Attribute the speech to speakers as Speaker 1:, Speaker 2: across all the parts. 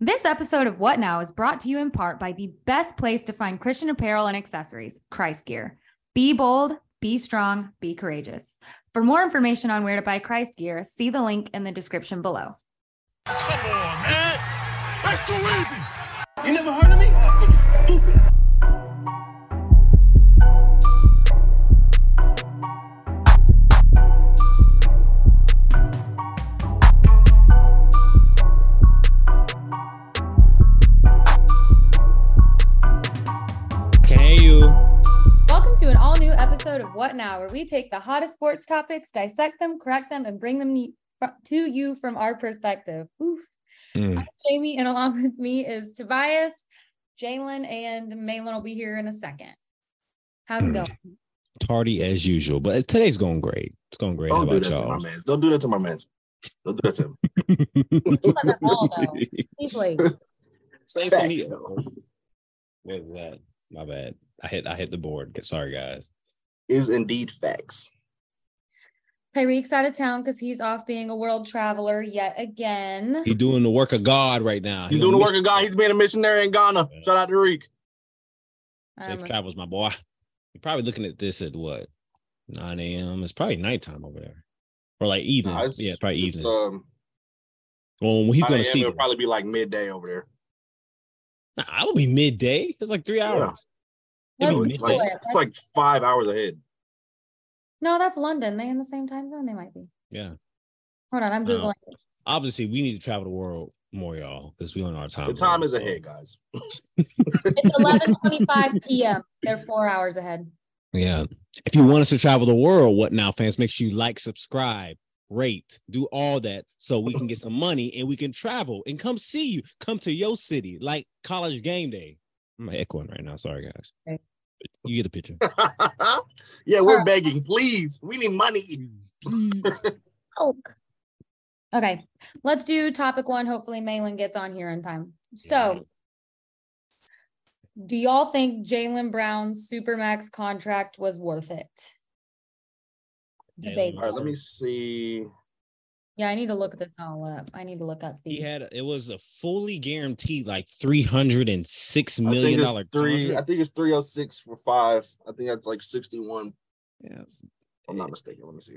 Speaker 1: This episode of What Now is brought to you in part by the best place to find Christian apparel and accessories, Christ Gear. Be bold, be strong, be courageous. For more information on where to buy Christ Gear, see the link in the description below.
Speaker 2: Come on, man. Eh? That's too easy.
Speaker 3: You never heard of me? Motherfucking Stupid.
Speaker 4: Can you?
Speaker 1: Welcome to an all new episode of What Now, where we take the hottest sports topics, dissect them, correct them, and bring them ne- fr- to you from our perspective. Oof.
Speaker 4: Mm.
Speaker 1: Jamie, and along with me is Tobias, Jalen, and Malin will be here in a second. How's it
Speaker 4: Mm.
Speaker 1: going?
Speaker 4: Tardy as usual, but today's going great. It's going great. How
Speaker 3: Don't do
Speaker 4: about
Speaker 3: that to my
Speaker 4: y'all?
Speaker 3: man. Don't do that to my man. Don't do that to him.
Speaker 1: Let them all know. He's late.
Speaker 4: Say
Speaker 3: Facts,
Speaker 4: something.
Speaker 3: though.
Speaker 4: With that, my bad. I hit. I hit the board. Sorry, guys.
Speaker 3: Is indeed facts.
Speaker 1: Tyreek's out of town because he's off being a world traveler yet again.
Speaker 4: He doing the work of God right now.
Speaker 3: He's doing the work of God. He's being a missionary in Ghana.
Speaker 4: Yeah.
Speaker 3: Shout out to Reek.
Speaker 1: Um,
Speaker 4: safe travels, my boy. You're probably looking at this at what 9 a.m. It's probably nighttime over there, or like evening.
Speaker 3: Nah, it's-
Speaker 4: yeah, probably
Speaker 3: it's,
Speaker 4: evening.
Speaker 3: Um,
Speaker 4: well, when he's
Speaker 3: by
Speaker 4: gonna
Speaker 3: the end,
Speaker 4: see.
Speaker 3: It'll
Speaker 4: this.
Speaker 3: probably be like midday over there.
Speaker 4: Nah, I will be midday. It's like three
Speaker 3: Yeah.
Speaker 4: hours. It
Speaker 1: Let's
Speaker 4: be
Speaker 1: do
Speaker 3: It's like,
Speaker 4: midday.
Speaker 1: it.
Speaker 3: it's like five hours ahead.
Speaker 1: No, that's London. They in the same time zone? They might be.
Speaker 4: Yeah.
Speaker 1: Hold on, I'm
Speaker 4: No.
Speaker 1: googling.
Speaker 4: Obviously, we need to travel the world more, y'all, because we on our time.
Speaker 3: The time
Speaker 4: zone,
Speaker 3: is
Speaker 4: so-
Speaker 3: ahead, guys.
Speaker 1: It's 11:25 p.m. They're four hours ahead.
Speaker 4: Yeah. If you want us to travel the world, what now, fans? Make sure you like, subscribe, rate, do all that so we can get some money and we can travel and come see you. Come to your city, like college game day. I'm echoing right now. Sorry, guys.
Speaker 1: Okay.
Speaker 4: But You get a picture.
Speaker 3: yeah, we're
Speaker 1: Alright.
Speaker 3: begging. Please. We need money.
Speaker 1: Oh. Okay, let's do topic one. Hopefully, Malin gets on here in time. So, do y'all think Jalen Brown's supermax contract was worth it?
Speaker 4: Jaylen
Speaker 1: Debate.
Speaker 3: All right, let me see.
Speaker 1: Yeah, I need to look this all up. I need to look up.
Speaker 4: He
Speaker 1: the-
Speaker 4: had it was a fully guaranteed like three hundred and six
Speaker 3: I think
Speaker 4: million
Speaker 3: it's
Speaker 4: dollar
Speaker 3: three. I
Speaker 4: contract.
Speaker 3: think it's 306 for five. I think that's like 61.
Speaker 4: Yes.
Speaker 3: I'm not mistaken. Let me see.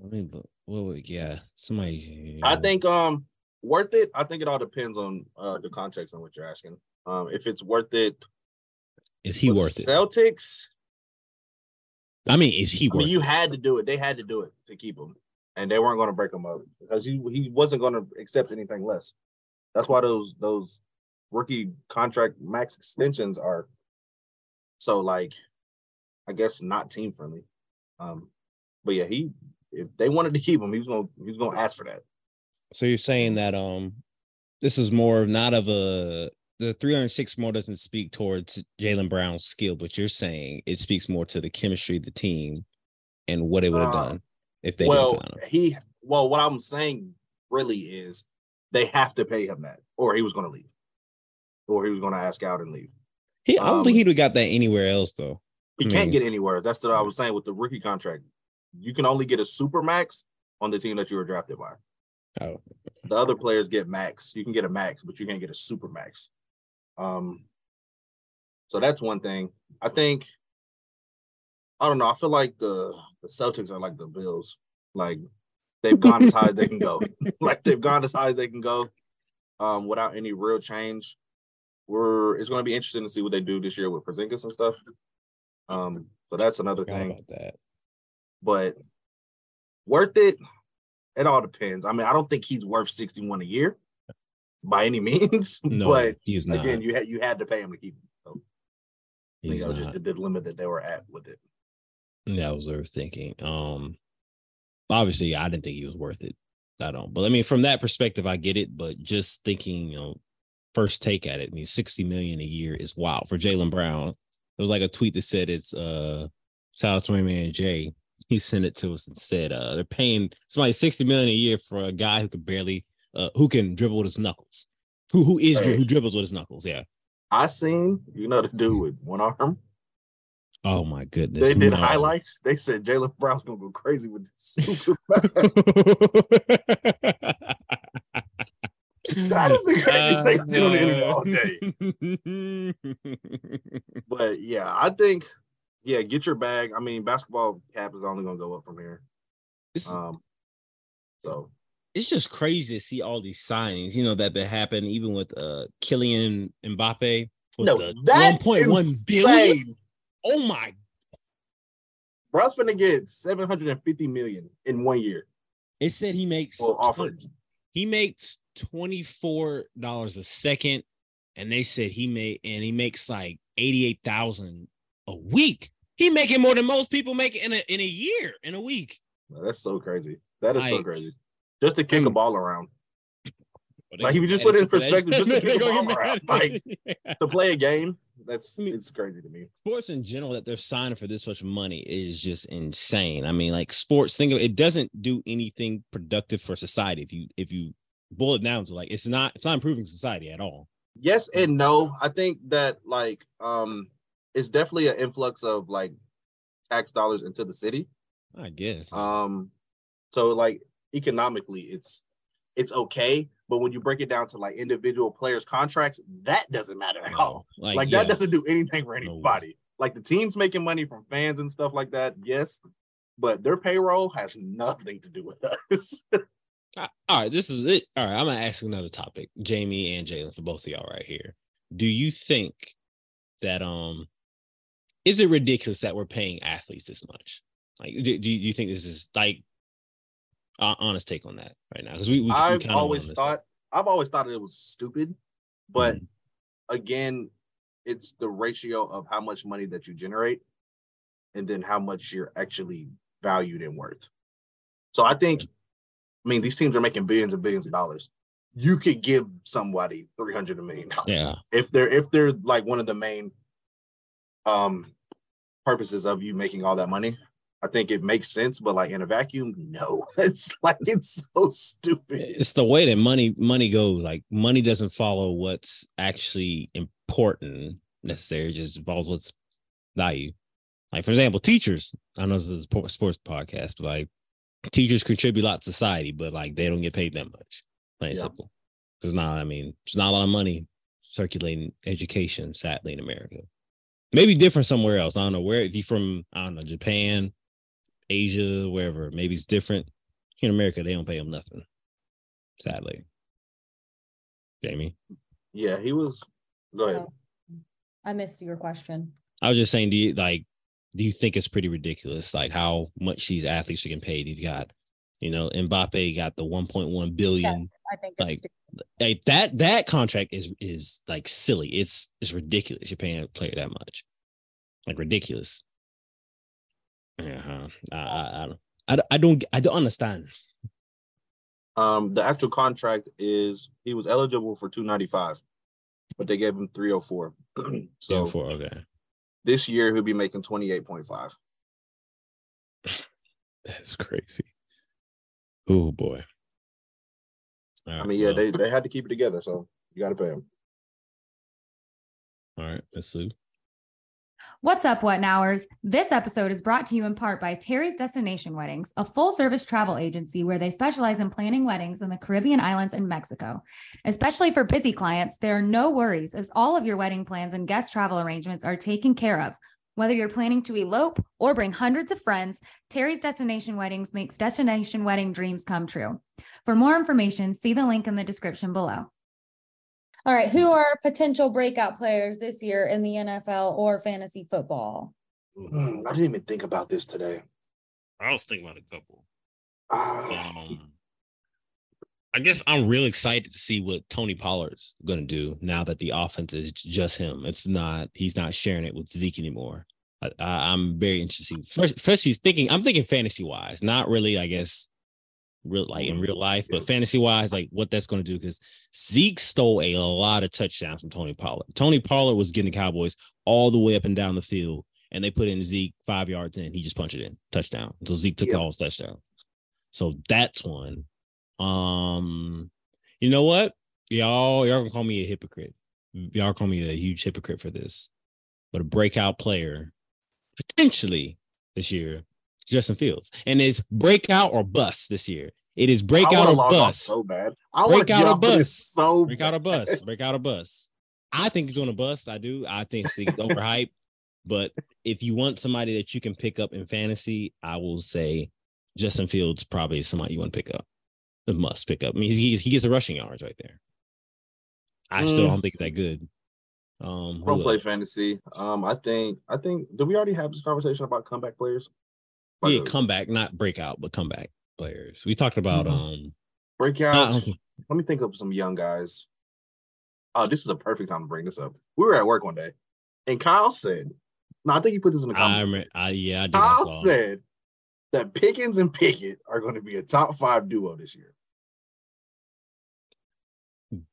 Speaker 4: Let me look. Well, yeah. Somebody.
Speaker 3: I think um worth it. I think it all depends on uh the context on what you're asking. Um if it's worth it
Speaker 4: is he
Speaker 3: for the
Speaker 4: worth it?
Speaker 3: Celtics.
Speaker 4: I mean, is he
Speaker 3: I
Speaker 4: worth
Speaker 3: mean you had to do it. They had to do it to keep him. And they weren't gonna break him up because he he wasn't gonna accept anything less. That's why those those rookie contract max extensions are so like I guess not team friendly. Um but yeah he if they wanted to keep him, he was gonna he was gonna ask for that.
Speaker 4: So you're saying that um this is more of not of a the 306 more doesn't speak towards Jalen Brown's skill, but you're saying it speaks more to the chemistry of the team and what it would have
Speaker 3: Uh,
Speaker 4: done if they
Speaker 3: well,
Speaker 4: didn't sign him.
Speaker 3: he well, what I'm saying really is they have to pay him that, or he was going to leave, or he was going to ask out and leave.
Speaker 4: He, I don't
Speaker 3: um,
Speaker 4: think he'd have got that anywhere else though.
Speaker 3: He
Speaker 4: I
Speaker 3: can't
Speaker 4: mean-
Speaker 3: get anywhere. That's what I was
Speaker 4: Hmm.
Speaker 3: saying with the rookie contract. You can only get a super max on the team that you were drafted by.
Speaker 4: Oh.
Speaker 3: The other players get max. You can get a max, but you can't get a super max. Um, so that's one thing. I think I don't know. I feel like the the Celtics are like the Bills. Like they've gone as high as they can go. Like they've gone as high as they can go, um, without any real change. We're it's going to be interesting to see what they do this year with Porzingis and stuff. Um, so that's another
Speaker 4: Forgot
Speaker 3: thing
Speaker 4: about that.
Speaker 3: but worth it. It all depends. I mean, I don't think he's worth 61 a year by any means,
Speaker 4: No,
Speaker 3: but
Speaker 4: he's not.
Speaker 3: again, you had you had to pay him to keep him. So I think
Speaker 4: he's
Speaker 3: that was
Speaker 4: not.
Speaker 3: just the, the limit that they were at with it.
Speaker 4: That was what I was thinking. Um obviously I didn't think he was worth it. I don't. But I mean from that perspective I get it, but just thinking, you know, first take at it, I mean 60 million a year is wild for Jalen Brown. There was like a tweet that said it's uh shout out to my man Jay. He sent it to us and said uh they're paying somebody 60 million a year for a guy who could barely uh who can dribble with his knuckles. Who who is
Speaker 3: Right.
Speaker 4: who dribbles with his knuckles, yeah.
Speaker 3: I seen, you know, the dude with one arm.
Speaker 4: Oh my goodness.
Speaker 3: They did
Speaker 4: no.
Speaker 3: highlights. They said Jalen Brown's gonna go crazy with this. super- I don't think I
Speaker 4: Uh,
Speaker 3: can take sit on the internet all day. But yeah, I think yeah, get your bag. I mean, basketball cap is only gonna go up from here.
Speaker 4: It's-
Speaker 3: Um, so
Speaker 4: it's just crazy to see all these signings, you know, that been happening, even with uh Killian Mbappe with the one point one billion.
Speaker 3: insane.
Speaker 4: Oh my!
Speaker 3: Bro's gonna get seven hundred and fifty million in one year.
Speaker 4: It said he makes
Speaker 3: Well, offered.
Speaker 4: 20 he makes twenty four dollars a second, and they said he made and he makes like eighty eight thousand a week. He making more than most people make in a in a year in a week.
Speaker 3: No, that's so crazy. That is so
Speaker 4: Like-
Speaker 3: crazy. Just to kick a
Speaker 4: Mm.
Speaker 3: ball around
Speaker 4: But
Speaker 3: Like,
Speaker 4: they
Speaker 3: if you just
Speaker 4: mad
Speaker 3: put it
Speaker 4: at
Speaker 3: in
Speaker 4: you for that.
Speaker 3: perspective, just to
Speaker 4: They
Speaker 3: keep the
Speaker 4: gonna
Speaker 3: ball
Speaker 4: get
Speaker 3: around,
Speaker 4: mad at you.
Speaker 3: to play a game. That's
Speaker 4: I mean-
Speaker 3: it's crazy to me.
Speaker 4: sports in general that they're signing for this much money is just insane. I mean, like sports, think of it doesn't do anything productive for society if you if you boil it down to like it's not it's not improving society at all.
Speaker 3: Yes and no. I think that like um, it's definitely an influx of like tax dollars into the city.
Speaker 4: I guess.
Speaker 3: Um, so like economically, it's it's okay, but when you break it down to like individual players' contracts, that doesn't matter at all.
Speaker 4: like,
Speaker 3: Like,
Speaker 4: yeah,
Speaker 3: that doesn't do anything for
Speaker 4: No way.
Speaker 3: anybody. like the team's making money from fans and stuff like that, yes, but their payroll has nothing to do with us.
Speaker 4: I- Uh, all right, this is it. All right, I'm gonna ask another topic, Jamie and Jalen, for both of y'all right here. Do you think that um is it ridiculous that we're paying athletes this much? Like, do, do, you, do you think this is like uh, honest take on that right now? Because we, we, we
Speaker 3: I've
Speaker 4: kinda went
Speaker 3: always
Speaker 4: on this
Speaker 3: thought I've always thought it was stupid, but
Speaker 4: Mm-hmm.
Speaker 3: again, it's the ratio of how much money that you generate and then how much you're actually valued and worth. So I think, I mean, these teams are making billions and billions of dollars. You could give somebody three hundred million dollars
Speaker 4: Yeah.
Speaker 3: if they're if they're like one of the main um purposes of you making all that money. I think it makes sense, but like in a vacuum, no. It's like it's so stupid.
Speaker 4: It's the way that money money goes. Like money doesn't follow what's actually important necessarily. It just follows what's value. Like for example, teachers. I know this is a po- sports podcast, but like teachers contribute a lot to society, but like they don't get paid that much. Plain and
Speaker 3: Yeah.
Speaker 4: simple. Because now I mean, there's not a lot of money circulating education, sadly, in America. Maybe different somewhere else. I don't know where. If you're from, I don't know, Japan, Asia, wherever, maybe it's different. Here in America, they don't pay them nothing sadly. Jamie,
Speaker 3: Yeah, he was. Go ahead.
Speaker 1: I missed your question.
Speaker 4: I was just saying, do you like? Do you think it's pretty ridiculous, like how much these athletes are getting paid? You've got, you know, Mbappe got the 1.1 billion.
Speaker 1: I think
Speaker 4: Like,
Speaker 1: it's stupid.
Speaker 4: Like that that contract is is like silly. It's it's ridiculous. You're paying a player that much, like ridiculous. Uh-huh. I, I, I don't. I, don't- I don't. I don't understand.
Speaker 3: Um, the actual contract is he was eligible for 295, but they gave him 304. so
Speaker 4: Therefore, okay,
Speaker 3: this year he'll be making 28.5.
Speaker 4: that's crazy. Oh boy. All
Speaker 3: I
Speaker 4: right,
Speaker 3: mean, yeah,
Speaker 4: well.
Speaker 3: they, they had to keep it together, so you got to pay him.
Speaker 4: All right, let's see.
Speaker 5: What's up, What Nowers? This episode is brought to you in part by Terry's Destination Weddings, a full service travel agency where they specialize in planning weddings in the Caribbean islands and Mexico. Especially for busy clients, there are no worries as all of your wedding plans and guest travel arrangements are taken care of. Whether you're planning to elope or bring hundreds of friends, Terry's Destination Weddings makes destination wedding dreams come true. For more information, see the link in the description below.
Speaker 1: All right, who are potential breakout players this year in the NFL or fantasy football?
Speaker 3: Mm, I didn't even think about this today.
Speaker 4: I was thinking about a couple.
Speaker 3: Ah,
Speaker 4: Um, I guess I'm real excited to see what Tony Pollard's going to do now that the offense is j- just him. It's not he's not sharing it with Zeke anymore. I, I, I'm very interested. to see- First, first he's thinking. I'm thinking fantasy wise, not really. I guess real like in real life, but fantasy wise, like what that's going to do because Zeke stole a lot of touchdowns from Tony Pollard. Tony Pollard was getting the Cowboys all the way up and down the field, and they put in Zeke five yards in. He just punched it in touchdown. So Zeke took
Speaker 3: Yeah.
Speaker 4: the all touchdown. So that's one. Um, you know what? Y'all, y'all can call me a hypocrite. Y'all call me a huge hypocrite for this. But a breakout player potentially this year, Justin Fields. And it's breakout or bust this year. It is
Speaker 3: I
Speaker 4: break
Speaker 3: wanna
Speaker 4: out or
Speaker 3: log off
Speaker 4: bus.
Speaker 3: So bad. I
Speaker 4: Break
Speaker 3: want
Speaker 4: out
Speaker 3: to
Speaker 4: or
Speaker 3: off of this
Speaker 4: bust.
Speaker 3: so
Speaker 4: Break out a bus. Break out a bus. I think he's going to bust. I do. I think he's overhyped. But if you want somebody that you can pick up in fantasy, I will say Justin Fields probably is somebody you want to pick up. A must pick up. I mean, he's, he's, he gets the rushing yards right there. I still
Speaker 3: Mm.
Speaker 4: don't think it's that good. Um,
Speaker 3: I
Speaker 4: who
Speaker 3: don't play
Speaker 4: else?
Speaker 3: fantasy. Um, I think I think did we already have this conversation about comeback players?
Speaker 4: yeah,
Speaker 3: Like, uh,
Speaker 4: comeback, not breakout, but comeback players. We talked about
Speaker 3: Mhm.
Speaker 4: um,
Speaker 3: breakouts.
Speaker 4: not-
Speaker 3: Let me think of some young guys. Oh, this is a perfect time to bring this up. We were at work one day, and Kyle said, "No, I think you put this in the
Speaker 4: I,
Speaker 3: comments."
Speaker 4: remember, I yeah, I did. I
Speaker 3: Kyle
Speaker 4: saw.
Speaker 3: said that Pickens and Pickett are going to be a top five duo this year.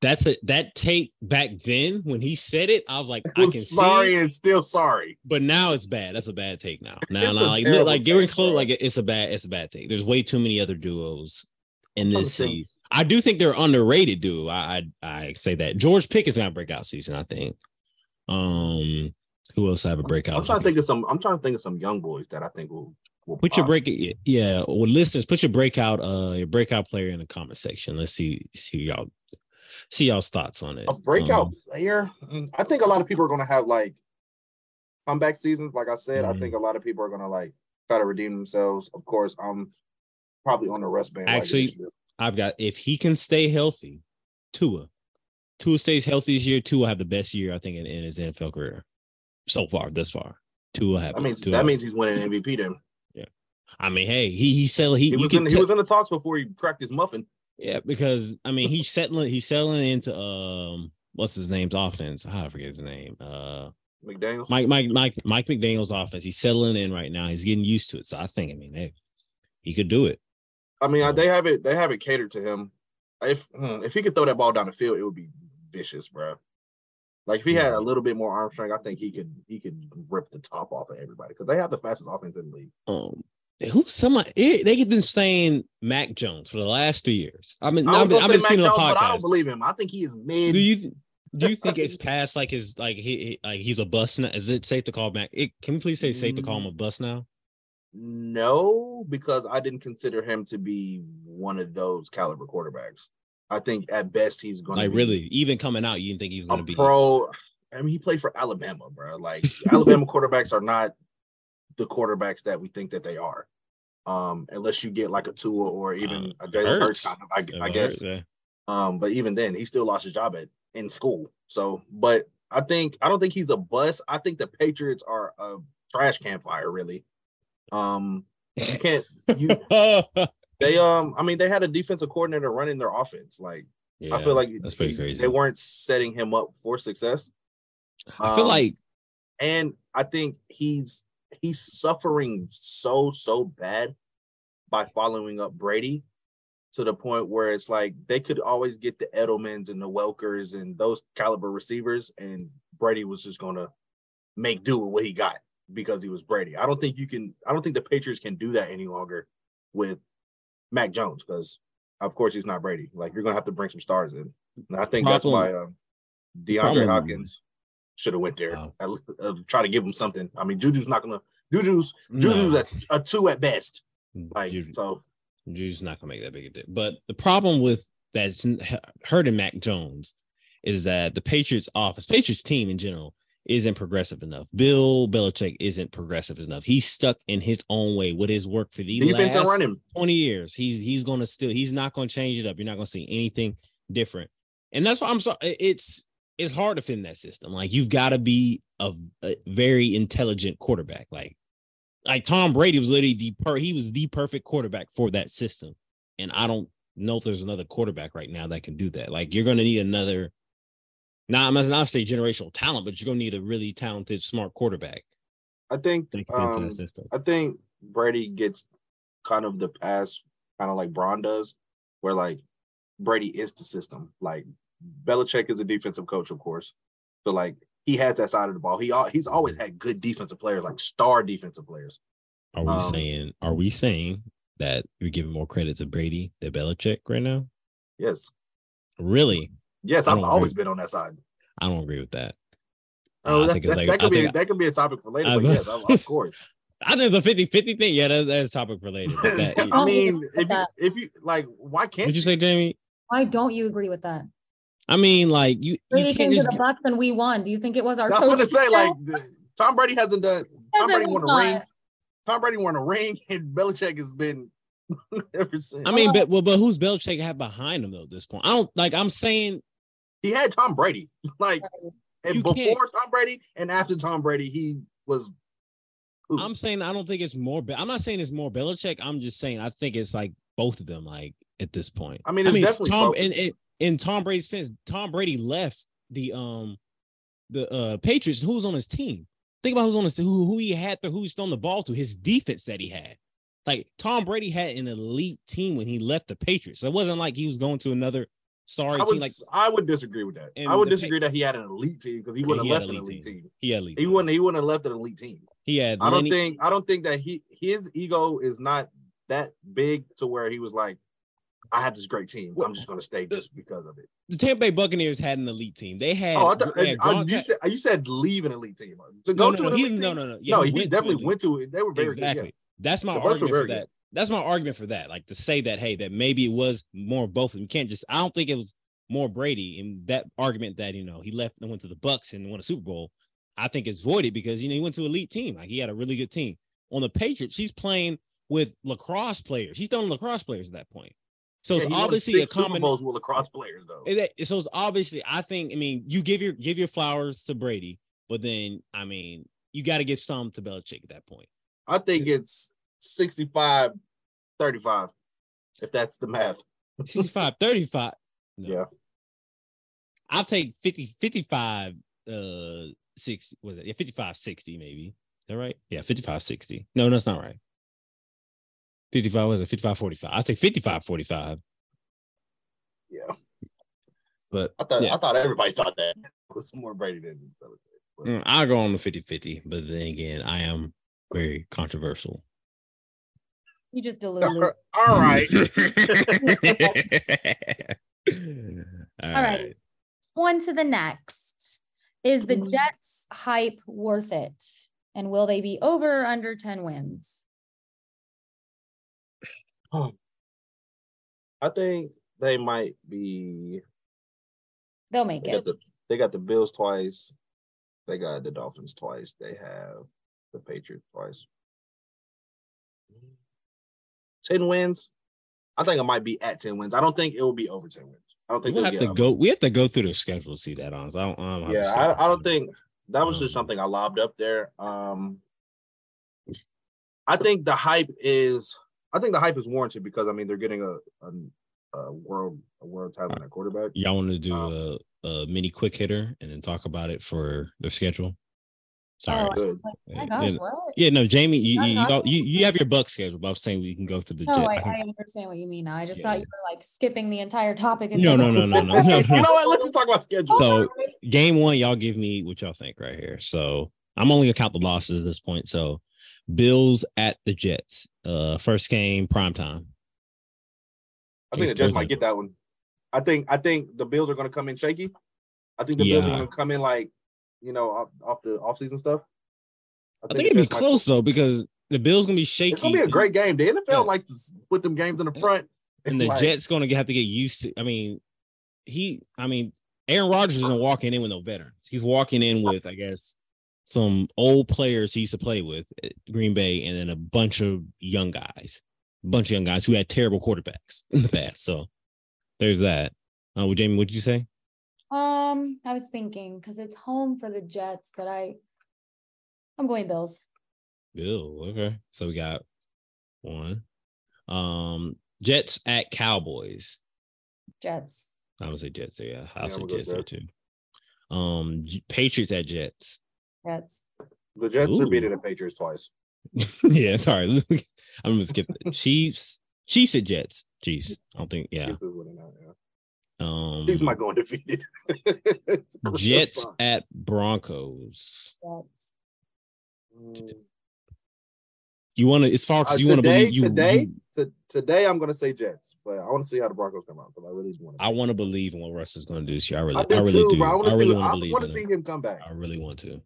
Speaker 4: That's a that take back then when he said it. I was like, I
Speaker 3: I'm
Speaker 4: can
Speaker 3: sorry,
Speaker 4: see, it,
Speaker 3: and still sorry.
Speaker 4: but now it's bad. That's a bad take now. Now,
Speaker 3: It's a
Speaker 4: now like
Speaker 3: terrible
Speaker 4: like Gary
Speaker 3: take,
Speaker 4: Cole,
Speaker 3: bro.
Speaker 4: like it's a bad it's a bad take. There's way too many other duos in this
Speaker 3: Understand.
Speaker 4: season. I do think they're underrated. duo. I I, I say that George Pickens gonna break out season. I think. Um, who else have a breakout?
Speaker 3: I'm trying to think of some. I'm trying to think of some young boys that I think will. will
Speaker 4: Put your
Speaker 3: pop.
Speaker 4: break, yeah. Well, listeners, put your breakout, uh, your breakout player in the comment section. Let's see, see y'all, see y'all's thoughts on it.
Speaker 3: a breakout
Speaker 4: Um,
Speaker 3: player. Mm, I think a lot of people are going to have like comeback seasons. Like I said, I
Speaker 4: Mhm.
Speaker 3: think a lot of people are going to like try to redeem themselves. Of course, I'm probably on the rest band.
Speaker 4: Actually- I've got if he can stay healthy, Tua. Tua stays healthy this year. Tua have the best year I think in, in his NFL career so far, thus far. Tua have.
Speaker 3: that means
Speaker 4: Tua
Speaker 3: that
Speaker 4: have-
Speaker 3: means he's winning MVP. Then
Speaker 4: I mean, hey, he he sell he,
Speaker 3: he
Speaker 4: you
Speaker 3: was
Speaker 4: can
Speaker 3: in,
Speaker 4: tell-
Speaker 3: he was in the talks before he cracked his muffin.
Speaker 4: yeah because I mean he's settling he's settling into um what's his name's offense I forget his name uh
Speaker 3: McDaniel's.
Speaker 4: Mike Mike Mike Mike McDaniel's offense he's settling in right now he's getting used to it so I think I mean hey he could do it
Speaker 3: I mean, I- they have it. They have it catered to him. If mm, if he could throw that ball down the field, it would be vicious, bro. Like if he had a little bit more arm strength, I think he could he could rip the top off of everybody because they have the fastest offense in the league.
Speaker 4: um. Who's somebody? eh, They've been saying Mac Jones for the last three years. I mean,
Speaker 3: I
Speaker 4: I've
Speaker 3: was
Speaker 4: been,
Speaker 3: gonna
Speaker 4: I've
Speaker 3: say
Speaker 4: been
Speaker 3: Mac
Speaker 4: seeing it on
Speaker 3: Jones, but I
Speaker 4: podcasts.
Speaker 3: don't believe him. I think he is mid.
Speaker 4: do you do you think it's past like his like he, he- like he's a bust now? Is it safe to call Mac? It, can we please say safe to call him
Speaker 3: Mm.
Speaker 4: a bust now?
Speaker 3: No, because I didn't consider him to be one of those caliber quarterbacks. I think at best he's going to
Speaker 4: Like
Speaker 3: be
Speaker 4: really, even coming out, you didn't think he was
Speaker 3: a
Speaker 4: gonna be
Speaker 3: pro. I mean, he played for Alabama, bro. Like Alabama quarterbacks are not the quarterbacks that we think that they are, um, unless you get like a Tua or even a Jalen Hurts,
Speaker 4: Uh, Hurts.
Speaker 3: kind of, I, I
Speaker 4: Yeah,
Speaker 3: guess.
Speaker 4: yeah.
Speaker 3: Um, but even then, he still lost his job at in school. So, but I think I don't think he's a bust. I think the Patriots are a trash can fire, really. Um, you can't you they um I mean they had a defensive coordinator running their offense. Like
Speaker 4: Yeah,
Speaker 3: I feel like
Speaker 4: that's pretty
Speaker 3: he-
Speaker 4: crazy.
Speaker 3: They weren't setting him up for success,
Speaker 4: I feel
Speaker 3: um,
Speaker 4: like
Speaker 3: and I think he's he's suffering so so bad by following up Brady to the point where it's like they could always get the Edelmans and the Welkers and those caliber receivers, and Brady was just gonna make do with what he got because he was Brady. I don't think you can. I don't think the Patriots can do that any longer with Mac Jones because, of course, he's not Brady. Like you're gonna have to bring some stars in, and I think that's why
Speaker 4: Problem-
Speaker 3: um, DeAndre
Speaker 4: problem-
Speaker 3: Hopkins should have went there.
Speaker 4: Wow.
Speaker 3: I, uh, try to give him something. I mean, Juju's not gonna. Juju's Juju's
Speaker 4: no,
Speaker 3: a, a two at best. Like
Speaker 4: Juju-
Speaker 3: so,
Speaker 4: Juju's not gonna make that big a deal. But the problem with that's n- hu- hurting Mac Jones is that the Patriots office, Patriots team in general, isn't progressive enough. Bill Belichick isn't progressive enough. He's stuck in his own way with his work for the
Speaker 3: defense and
Speaker 4: last
Speaker 3: running.
Speaker 4: 20 years. He's he's gonna still he's not gonna change it up. You're not gonna see anything different. And that's why I'm sorry. It's it's hard to fit in that system. Like you've got to be a, a very intelligent quarterback. Like like Tom Brady was literally the per he was the perfect quarterback for that system. And I don't know if there's another quarterback right now that can do that. Like you're gonna need another. Now I'm not gonna say generational talent, but you're gonna need a really talented, smart quarterback
Speaker 3: I think
Speaker 4: that can fit into
Speaker 3: um,
Speaker 4: that system.
Speaker 3: I think Brady gets kind of the pass, kind of like Braun does, where like Brady is the system. Like Belichick is a defensive coach, of course, so like he has that side of the ball. He al- he's always had good defensive players, like star defensive players.
Speaker 4: Are we
Speaker 3: Um,
Speaker 4: saying are we saying that you're giving more credit to Brady than Belichick right now?
Speaker 3: Yes,
Speaker 4: Really?
Speaker 3: yes,
Speaker 4: I
Speaker 3: I've
Speaker 4: don't
Speaker 3: always
Speaker 4: agree.
Speaker 3: been on that side.
Speaker 4: I don't agree with that.
Speaker 3: Oh,
Speaker 4: I
Speaker 3: that,
Speaker 4: think it's
Speaker 3: that-
Speaker 4: like-
Speaker 3: that
Speaker 4: I
Speaker 3: could be
Speaker 4: think
Speaker 3: that could be a topic for later.
Speaker 4: I-
Speaker 3: but yes, of, of course.
Speaker 4: I think the 50 50 thing, yeah, that's, that's topic related. but that-
Speaker 3: I mean,
Speaker 1: Don't even
Speaker 3: if you,
Speaker 1: that.
Speaker 3: if you like, why can't
Speaker 4: would you say, Jamie?
Speaker 1: Why don't you agree with that?
Speaker 4: I mean, like you, you
Speaker 1: Brady
Speaker 4: can't
Speaker 1: came to
Speaker 4: just
Speaker 1: the Bucks and we won. Do you think it was our?
Speaker 3: I was gonna
Speaker 1: coach's
Speaker 3: say
Speaker 1: fault?
Speaker 3: like the- Tom Brady hasn't done. Tom Brady
Speaker 1: Definitely
Speaker 3: won a
Speaker 1: not.
Speaker 3: ring. Tom Brady won a ring, and Belichick has been ever since.
Speaker 4: I mean, but well, but who's Belichick have behind him though at this point? I don't like. I'm saying
Speaker 3: he had Tom Brady, like,
Speaker 4: You
Speaker 3: and
Speaker 4: can't-
Speaker 3: before Tom Brady and after Tom Brady, he was. Ooh.
Speaker 4: I'm saying I don't think it's more. Be- I'm not saying it's more Belichick. I'm just saying I think it's like both of them. Like at this point,
Speaker 3: I mean, it's definitely
Speaker 4: Tom
Speaker 3: both.
Speaker 4: and, and and Tom Brady's fence. Tom Brady left the um the uh Patriots. Who was on his team? Think about who's on his who who he had to who he's thrown the ball to. His defense that he had. Like Tom Brady had an elite team when he left the Patriots. So it wasn't like he was going to another sorry
Speaker 3: I would,
Speaker 4: team. Like
Speaker 3: I would disagree with that.
Speaker 4: And
Speaker 3: I would
Speaker 4: the-
Speaker 3: disagree that he had an elite team because he
Speaker 4: Yeah,
Speaker 3: wouldn't
Speaker 4: he
Speaker 3: have
Speaker 4: had
Speaker 3: left an
Speaker 4: elite
Speaker 3: elite team.
Speaker 4: team. he had elite.
Speaker 3: He wouldn't. He wouldn't have left an elite team.
Speaker 4: He had.
Speaker 3: I don't
Speaker 4: Lenny-
Speaker 3: think. I don't think that he his ego is not that big to where he was like, I have this great team. I'm just gonna stay just because of it.
Speaker 4: the Tampa Bay Buccaneers had an elite team. They had.
Speaker 3: Oh, I thought
Speaker 4: they had
Speaker 3: I-
Speaker 4: Gronk-
Speaker 3: you said you said leave an elite team to
Speaker 4: no,
Speaker 3: go
Speaker 4: no,
Speaker 3: to
Speaker 4: no,
Speaker 3: an
Speaker 4: he,
Speaker 3: elite team.
Speaker 4: no, no, no. Yeah,
Speaker 3: no,
Speaker 4: he
Speaker 3: he,
Speaker 4: went to
Speaker 3: definitely
Speaker 4: elite.
Speaker 3: went to it. They were very
Speaker 4: exactly.
Speaker 3: good.
Speaker 4: That's my
Speaker 3: The Bucs were
Speaker 4: argument
Speaker 3: very
Speaker 4: for that. That's my argument for that. Like to say that, hey, that maybe it was more of both. of them. You can't just. I don't think it was more Brady in that argument that you know he left and went to the Bucks and won a Super Bowl. I think it's voided because you know he went to elite team. Like he had a really good team on the Patriots. He's playing with lacrosse players. He's throwing lacrosse players at that point. So
Speaker 3: Yeah,
Speaker 4: it's
Speaker 3: he won
Speaker 4: obviously a
Speaker 3: six Super
Speaker 4: combination.
Speaker 3: Bowls with lacrosse players though.
Speaker 4: Is that- so it's obviously I think I mean you give your give your flowers to Brady, but then I mean you got to give some to Belichick at that point.
Speaker 3: I think it's 65 35 if that's the math.
Speaker 4: 65 35. No.
Speaker 3: Yeah.
Speaker 4: I'll take 50 55 uh 60 was it? Yeah, 55 60 maybe. Is that right? Yeah, 55 60. No, that's not right. 55 was it? 55 45. I'll take 55 45.
Speaker 3: Yeah.
Speaker 4: But
Speaker 3: I thought
Speaker 4: Yeah.
Speaker 3: I thought everybody thought that was more Brady than Belichick. But
Speaker 4: mm, I'll go on the 50 50, but then again, I am very controversial.
Speaker 1: You just deluded.
Speaker 3: All right.
Speaker 4: All
Speaker 1: right.
Speaker 4: right.
Speaker 1: On to the next. Is the
Speaker 5: Mhm.
Speaker 1: Jets hype worth it? And will they be over or under 10 wins?
Speaker 3: I think they might be
Speaker 1: They'll make
Speaker 3: they got
Speaker 1: it.
Speaker 3: the they got the Bills twice. They got the Dolphins twice. They have the Patriots twice. Ten wins. I think it might be at ten wins. I don't think it will be over ten wins. I don't think
Speaker 4: We
Speaker 3: they'll
Speaker 4: have
Speaker 3: get
Speaker 4: to
Speaker 3: up.
Speaker 4: go. We have to go through the schedule to see that. Honestly, I don't. I don't have a
Speaker 3: Yeah,
Speaker 4: schedule.
Speaker 3: I, I don't think that was just
Speaker 4: Um,
Speaker 3: something I lobbed up there. Um, I think the hype is. I think the hype is warranted because I mean they're getting a a, a world a world title at quarterback.
Speaker 4: Y'all want to do
Speaker 3: Um,
Speaker 4: a, a mini quick hitter and then talk about it for the schedule? Sorry.
Speaker 1: Oh,
Speaker 3: Good.
Speaker 1: Oh my gosh,
Speaker 4: yeah,
Speaker 1: what?
Speaker 4: yeah, no, Jamie, you
Speaker 1: No,
Speaker 4: you,
Speaker 1: no, I-
Speaker 4: you you you have your buck schedule, but I'm saying we can go through the
Speaker 1: No, Oh, I,
Speaker 4: jet.
Speaker 1: I understand what you mean now. I just
Speaker 4: Yeah.
Speaker 1: thought you were like skipping the entire topic. and
Speaker 4: No, no,
Speaker 1: saying-
Speaker 4: no, no, no, no,
Speaker 3: you know
Speaker 4: no.
Speaker 3: what? Let's talk about schedule.
Speaker 4: So game one, y'all give me what y'all think right here. So I'm only gonna count the losses at this point. So Bills at the Jets. Uh first game, prime time.
Speaker 3: I think the
Speaker 4: Case
Speaker 3: Jets might
Speaker 4: closed.
Speaker 3: get that one. I think I think the Bills are going to come in shaky. I think the Bills are
Speaker 4: Yeah.
Speaker 3: going to come in like you know off, off the offseason stuff.
Speaker 4: I think it'd be
Speaker 3: the Jets might-
Speaker 4: close though, because the Bills gonna be shaky.
Speaker 3: It's going to be a great game. The NFL
Speaker 4: Yeah.
Speaker 3: likes to s- put them games in the front.
Speaker 4: and the
Speaker 3: like,
Speaker 4: Jets gonna have to get used to. I mean, he. I mean, Aaron Rodgers isn't walking in with no veterans. He's walking in with, I guess, some old players he used to play with at Green Bay, and then a bunch of young guys, bunch of young guys who had terrible quarterbacks in the past. So there's that. Uh, well, Jamie, what did you say?
Speaker 1: Um, I was thinking because it's home for the Jets, but I, I'm going Bills.
Speaker 4: Bill. Okay. So we got one. Um, Jets at Cowboys.
Speaker 1: Jets.
Speaker 4: I would say Jets there. Yeah,
Speaker 3: Yeah,
Speaker 4: I'll say
Speaker 3: we'll go
Speaker 4: Jets there too. Um, J- Patriots at Jets.
Speaker 1: Jets.
Speaker 3: The Jets are
Speaker 4: Ooh.
Speaker 3: beating the Patriots twice.
Speaker 4: yeah, sorry. I'm gonna skip it. Chiefs, Chiefs at Jets. Chiefs. I don't think. Yeah.
Speaker 3: Chiefs is winning that, yeah.
Speaker 4: Um,
Speaker 3: Chiefs might go undefeated.
Speaker 4: Jets at Broncos.
Speaker 1: Jets.
Speaker 3: Mm.
Speaker 4: You want to? It's far
Speaker 3: Uh,
Speaker 4: because you want to
Speaker 3: today-
Speaker 4: believe you.
Speaker 3: today,
Speaker 4: you-
Speaker 3: to, today I'm going to say Jets, but I want to see how the Broncos come out because I really want to.
Speaker 4: I want to believe in what Russ is gonna do this year. I really,
Speaker 3: I
Speaker 4: I,
Speaker 3: do
Speaker 4: really
Speaker 3: too,
Speaker 4: do.
Speaker 3: bro. I
Speaker 4: I,
Speaker 3: want to
Speaker 4: really
Speaker 3: see.
Speaker 4: want to
Speaker 3: I
Speaker 4: believe.
Speaker 3: want
Speaker 4: in
Speaker 3: to see
Speaker 4: him.
Speaker 3: him come back.
Speaker 4: I really want to.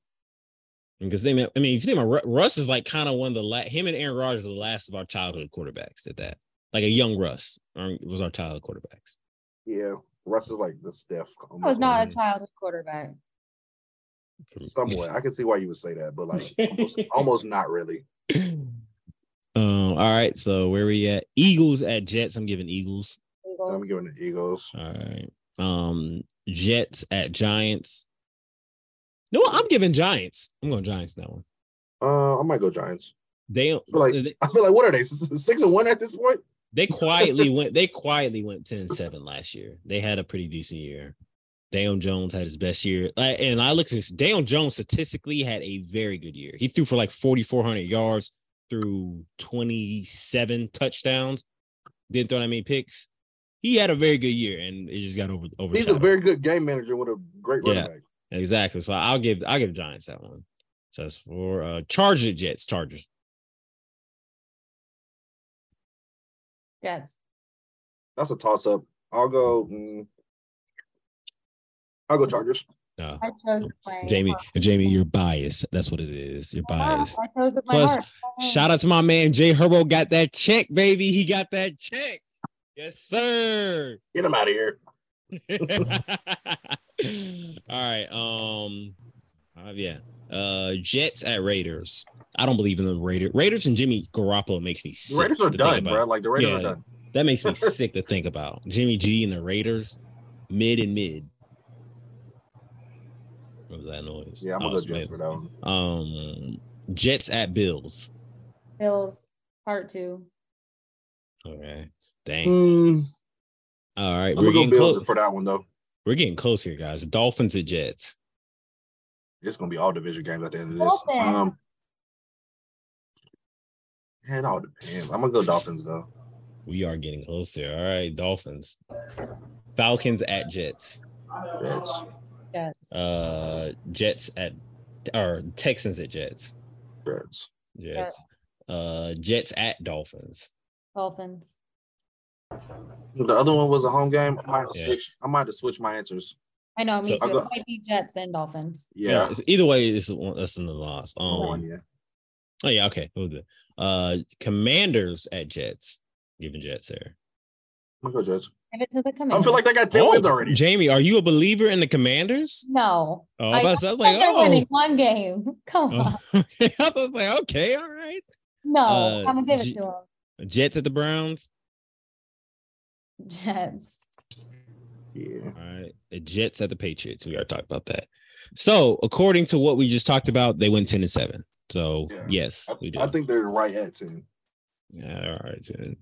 Speaker 4: Because they, I mean, if you think about Ru- Russ is like kind of one of the last, him and Aaron Rodgers are the last of our childhood quarterbacks at that. Like a young Russ um, was our childhood quarterbacks.
Speaker 3: Yeah, Russ is like the Steph.
Speaker 1: I was not a childhood quarterback.
Speaker 3: Somewhat, I can see why you would say that, but like almost, almost not really.
Speaker 4: um, all right. So where we at? Eagles at Jets. I'm giving Eagles.
Speaker 1: Eagles.
Speaker 3: I'm giving the Eagles.
Speaker 4: All right. Um, Jets at Giants. No, I'm giving Giants. I'm going Giants in that one.
Speaker 3: Uh, I might go Giants.
Speaker 4: They don't-
Speaker 3: I feel like
Speaker 4: they,
Speaker 3: I feel like what are they six and one at this point?
Speaker 4: they quietly went they quietly went 10-7 last year. They had a pretty decent year. Daniel Jones had his best year. Like, and I looked at this. Daniel Jones statistically had a very good year. He threw for like 4,400 yards through 27 touchdowns. Didn't throw that many picks. He had a very good year and it just got over over.
Speaker 3: He's a very good game manager with a great running
Speaker 4: Yeah.
Speaker 3: back.
Speaker 4: Exactly. So I'll give I'll give Giants that one. So that's for uh Chargers Jets, Chargers.
Speaker 1: Jets.
Speaker 3: That's a toss up. I'll go. mm, I'll go Chargers.
Speaker 4: Uh,
Speaker 1: I chose with my
Speaker 4: Jamie,
Speaker 1: heart.
Speaker 4: Jamie, you're biased. That's what it is. You're biased.
Speaker 1: I chose with my
Speaker 4: Plus,
Speaker 1: heart.
Speaker 4: Shout out to my man Jay Herbo got that check, baby. He got that check. Yes, sir.
Speaker 3: Get him out of here.
Speaker 4: All right. Um uh, yeah. Uh Jets at Raiders. I don't believe in the Raiders. Raiders and Jimmy Garoppolo makes me
Speaker 3: The
Speaker 4: sick.
Speaker 3: Raiders are
Speaker 4: to think
Speaker 3: done,
Speaker 4: about.
Speaker 3: bro. Like the Raiders
Speaker 4: Yeah.
Speaker 3: are done.
Speaker 4: That makes me sick to think about. Jimmy G and the Raiders, mid and mid. What was that noise?
Speaker 3: Yeah, I'm
Speaker 4: Oh,
Speaker 3: gonna
Speaker 4: it's
Speaker 3: go Jets
Speaker 4: mid.
Speaker 3: for that one.
Speaker 4: Um, Jets at Bills.
Speaker 1: Bills part two.
Speaker 4: Okay, dang.
Speaker 3: Mm,
Speaker 4: All right,
Speaker 3: I'm
Speaker 4: we're
Speaker 3: gonna go
Speaker 4: getting
Speaker 3: Bills
Speaker 4: close.
Speaker 3: for that one though.
Speaker 4: We're getting close here, guys. Dolphins at Jets.
Speaker 3: It's gonna be all division games at the end of this.
Speaker 1: Dolphins.
Speaker 3: Um, man, it all depends. I'm gonna go Dolphins though.
Speaker 4: We are getting close here. All right, Dolphins. Falcons at Jets.
Speaker 3: Jets.
Speaker 1: Jets.
Speaker 4: Uh, Jets at or Texans at Jets.
Speaker 3: Jets.
Speaker 4: Jets. Uh, Jets at Dolphins.
Speaker 1: Dolphins.
Speaker 3: The other one was a home game. I might have to
Speaker 4: Yeah.
Speaker 3: switch. I might have to switch my answers.
Speaker 1: I know, me
Speaker 4: So-
Speaker 1: too.
Speaker 3: I'll go-
Speaker 1: It might be Jets then Dolphins.
Speaker 3: Yeah.
Speaker 4: it's- either way, it's one- that's another loss. Um,
Speaker 3: Hold on, yeah.
Speaker 4: Oh yeah, okay. We'll do it. Uh Commanders at Jets. Giving Jets there.
Speaker 3: I'm gonna go Jets.
Speaker 1: Give it to the commander.
Speaker 3: I feel like they got ten
Speaker 4: Oh,
Speaker 3: wins already.
Speaker 4: Jamie, are you a believer in the Commanders?
Speaker 1: no.
Speaker 4: Oh, I, was- I was like,
Speaker 1: they're
Speaker 4: oh.
Speaker 1: winning one game. Come on.
Speaker 4: Oh, okay. I was like, okay, all right.
Speaker 1: No,
Speaker 4: Uh,
Speaker 1: I'm gonna give
Speaker 4: G-
Speaker 1: it to them.
Speaker 4: Jets at the Browns.
Speaker 1: Jets.
Speaker 3: Yeah.
Speaker 4: All right. The Jets at the Patriots. We already talked about that. So according to what we just talked about, they went 10 and 7. So
Speaker 3: Yeah.
Speaker 4: yes,
Speaker 3: I,
Speaker 4: we do.
Speaker 3: I think they're right at ten.
Speaker 4: yeah, all right. Jets.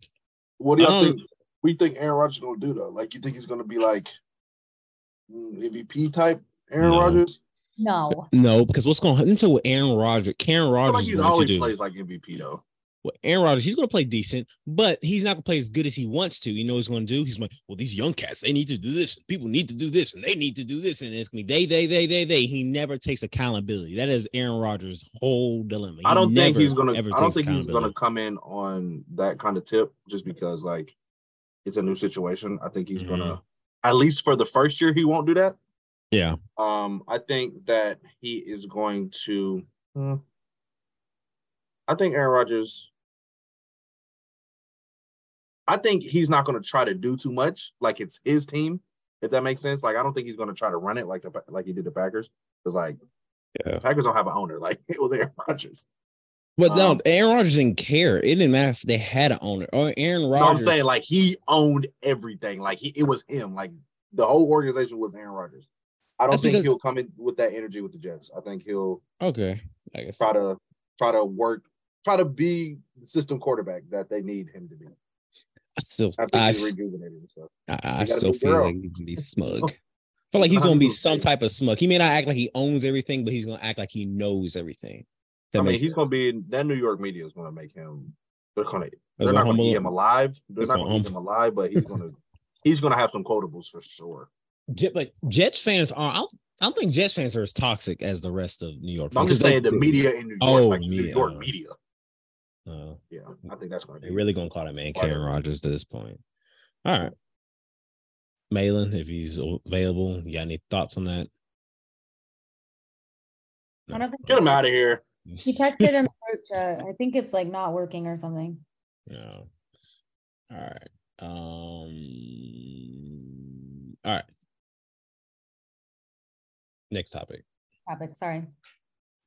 Speaker 3: What do
Speaker 4: I
Speaker 3: y'all
Speaker 4: don't-
Speaker 3: think? What do you think Aaron Rodgers gonna do though? Like, you think he's gonna be like mm, MVP type Aaron
Speaker 4: No.
Speaker 3: Rodgers?
Speaker 1: No.
Speaker 4: No, because what's going to happen to what Aaron Rodgers? Karen
Speaker 3: I feel
Speaker 4: Rodgers
Speaker 3: like
Speaker 4: is
Speaker 3: he's
Speaker 4: going to
Speaker 3: always
Speaker 4: do.
Speaker 3: plays like MVP though.
Speaker 4: Well, Aaron Rodgers, he's going to play decent, but he's not going to play as good as he wants to. You know what he's going to do? He's like, well, these young cats, they need to do this. People need to do this, and they need to do this, and it's going to be they, they, they, they, they. He never takes accountability. That is Aaron Rodgers' whole dilemma. He
Speaker 3: I don't think
Speaker 4: never,
Speaker 3: he's gonna.
Speaker 4: ever
Speaker 3: I don't
Speaker 4: takes
Speaker 3: think he's gonna
Speaker 4: accountability.
Speaker 3: come in on that kind of tip just because like it's a new situation. I think he's gonna at least for the first year he won't do that.
Speaker 4: Mm-hmm. Yeah,
Speaker 3: Um, I think that he is going to. Hmm. I think Aaron Rodgers. I think he's not going to try to do too much. Like it's his team, if that makes sense. Like I don't think he's going to try to run it like the Pa- like he did the Packers. Because like
Speaker 4: Yeah.
Speaker 3: Packers don't have an owner. Like it was Aaron Rodgers.
Speaker 4: but no,
Speaker 3: Um,
Speaker 4: Aaron Rodgers didn't care. It didn't matter if they had an owner or Oh, Aaron
Speaker 3: No, I'm
Speaker 4: Rodgers.
Speaker 3: saying like he owned everything. Like he, it was him. Like the whole organization was Aaron Rodgers. I don't
Speaker 4: That's
Speaker 3: think
Speaker 4: because-
Speaker 3: he'll come in with that energy with the Jets. I think he'll
Speaker 4: okay, I guess.
Speaker 3: try to try to work, try to be the system quarterback that they need him to be.
Speaker 4: I still,
Speaker 3: I think
Speaker 4: I,
Speaker 3: he's rejuvenated himself.
Speaker 4: I,
Speaker 3: You
Speaker 4: I
Speaker 3: gotta
Speaker 4: still
Speaker 3: be
Speaker 4: feel
Speaker 3: girl.
Speaker 4: like he's gonna be smug. I feel like he's
Speaker 3: Not
Speaker 4: gonna be
Speaker 3: gonna
Speaker 4: some
Speaker 3: be.
Speaker 4: type of smug. He may not act like he owns everything, but he's gonna act like he knows everything. That
Speaker 3: I mean,
Speaker 4: makes
Speaker 3: he's gonna
Speaker 4: sense.
Speaker 3: be that New York media is gonna make him. They're gonna.
Speaker 4: That's
Speaker 3: They're
Speaker 4: what
Speaker 3: not gonna eat
Speaker 4: humble-
Speaker 3: him alive. They're
Speaker 4: That's
Speaker 3: not
Speaker 4: what
Speaker 3: gonna eat him
Speaker 4: humble-
Speaker 3: alive, but he's gonna. He's gonna have some quotables for sure.
Speaker 4: Jet, but Jets fans are. I don't, I don't think Jets fans are as toxic as the rest of New York.
Speaker 3: But I'm
Speaker 4: fans.
Speaker 3: just saying
Speaker 4: They-
Speaker 3: the media in New York,
Speaker 4: Oh,
Speaker 3: like New
Speaker 4: media,
Speaker 3: York
Speaker 4: uh,
Speaker 3: media.
Speaker 4: Uh,
Speaker 3: Yeah, I think that's gonna
Speaker 4: they
Speaker 3: be
Speaker 4: really gonna call that man
Speaker 3: Part of
Speaker 4: Karen
Speaker 3: it.
Speaker 4: Rodgers to this point. All right, Malin, if he's available, you got any thoughts on that? No.
Speaker 1: I don't think
Speaker 3: Get him out of here.
Speaker 1: he texted in the group chat. I think it's like not working or something.
Speaker 4: Yeah. All right. Um. All right. Next topic.
Speaker 1: topic. Sorry.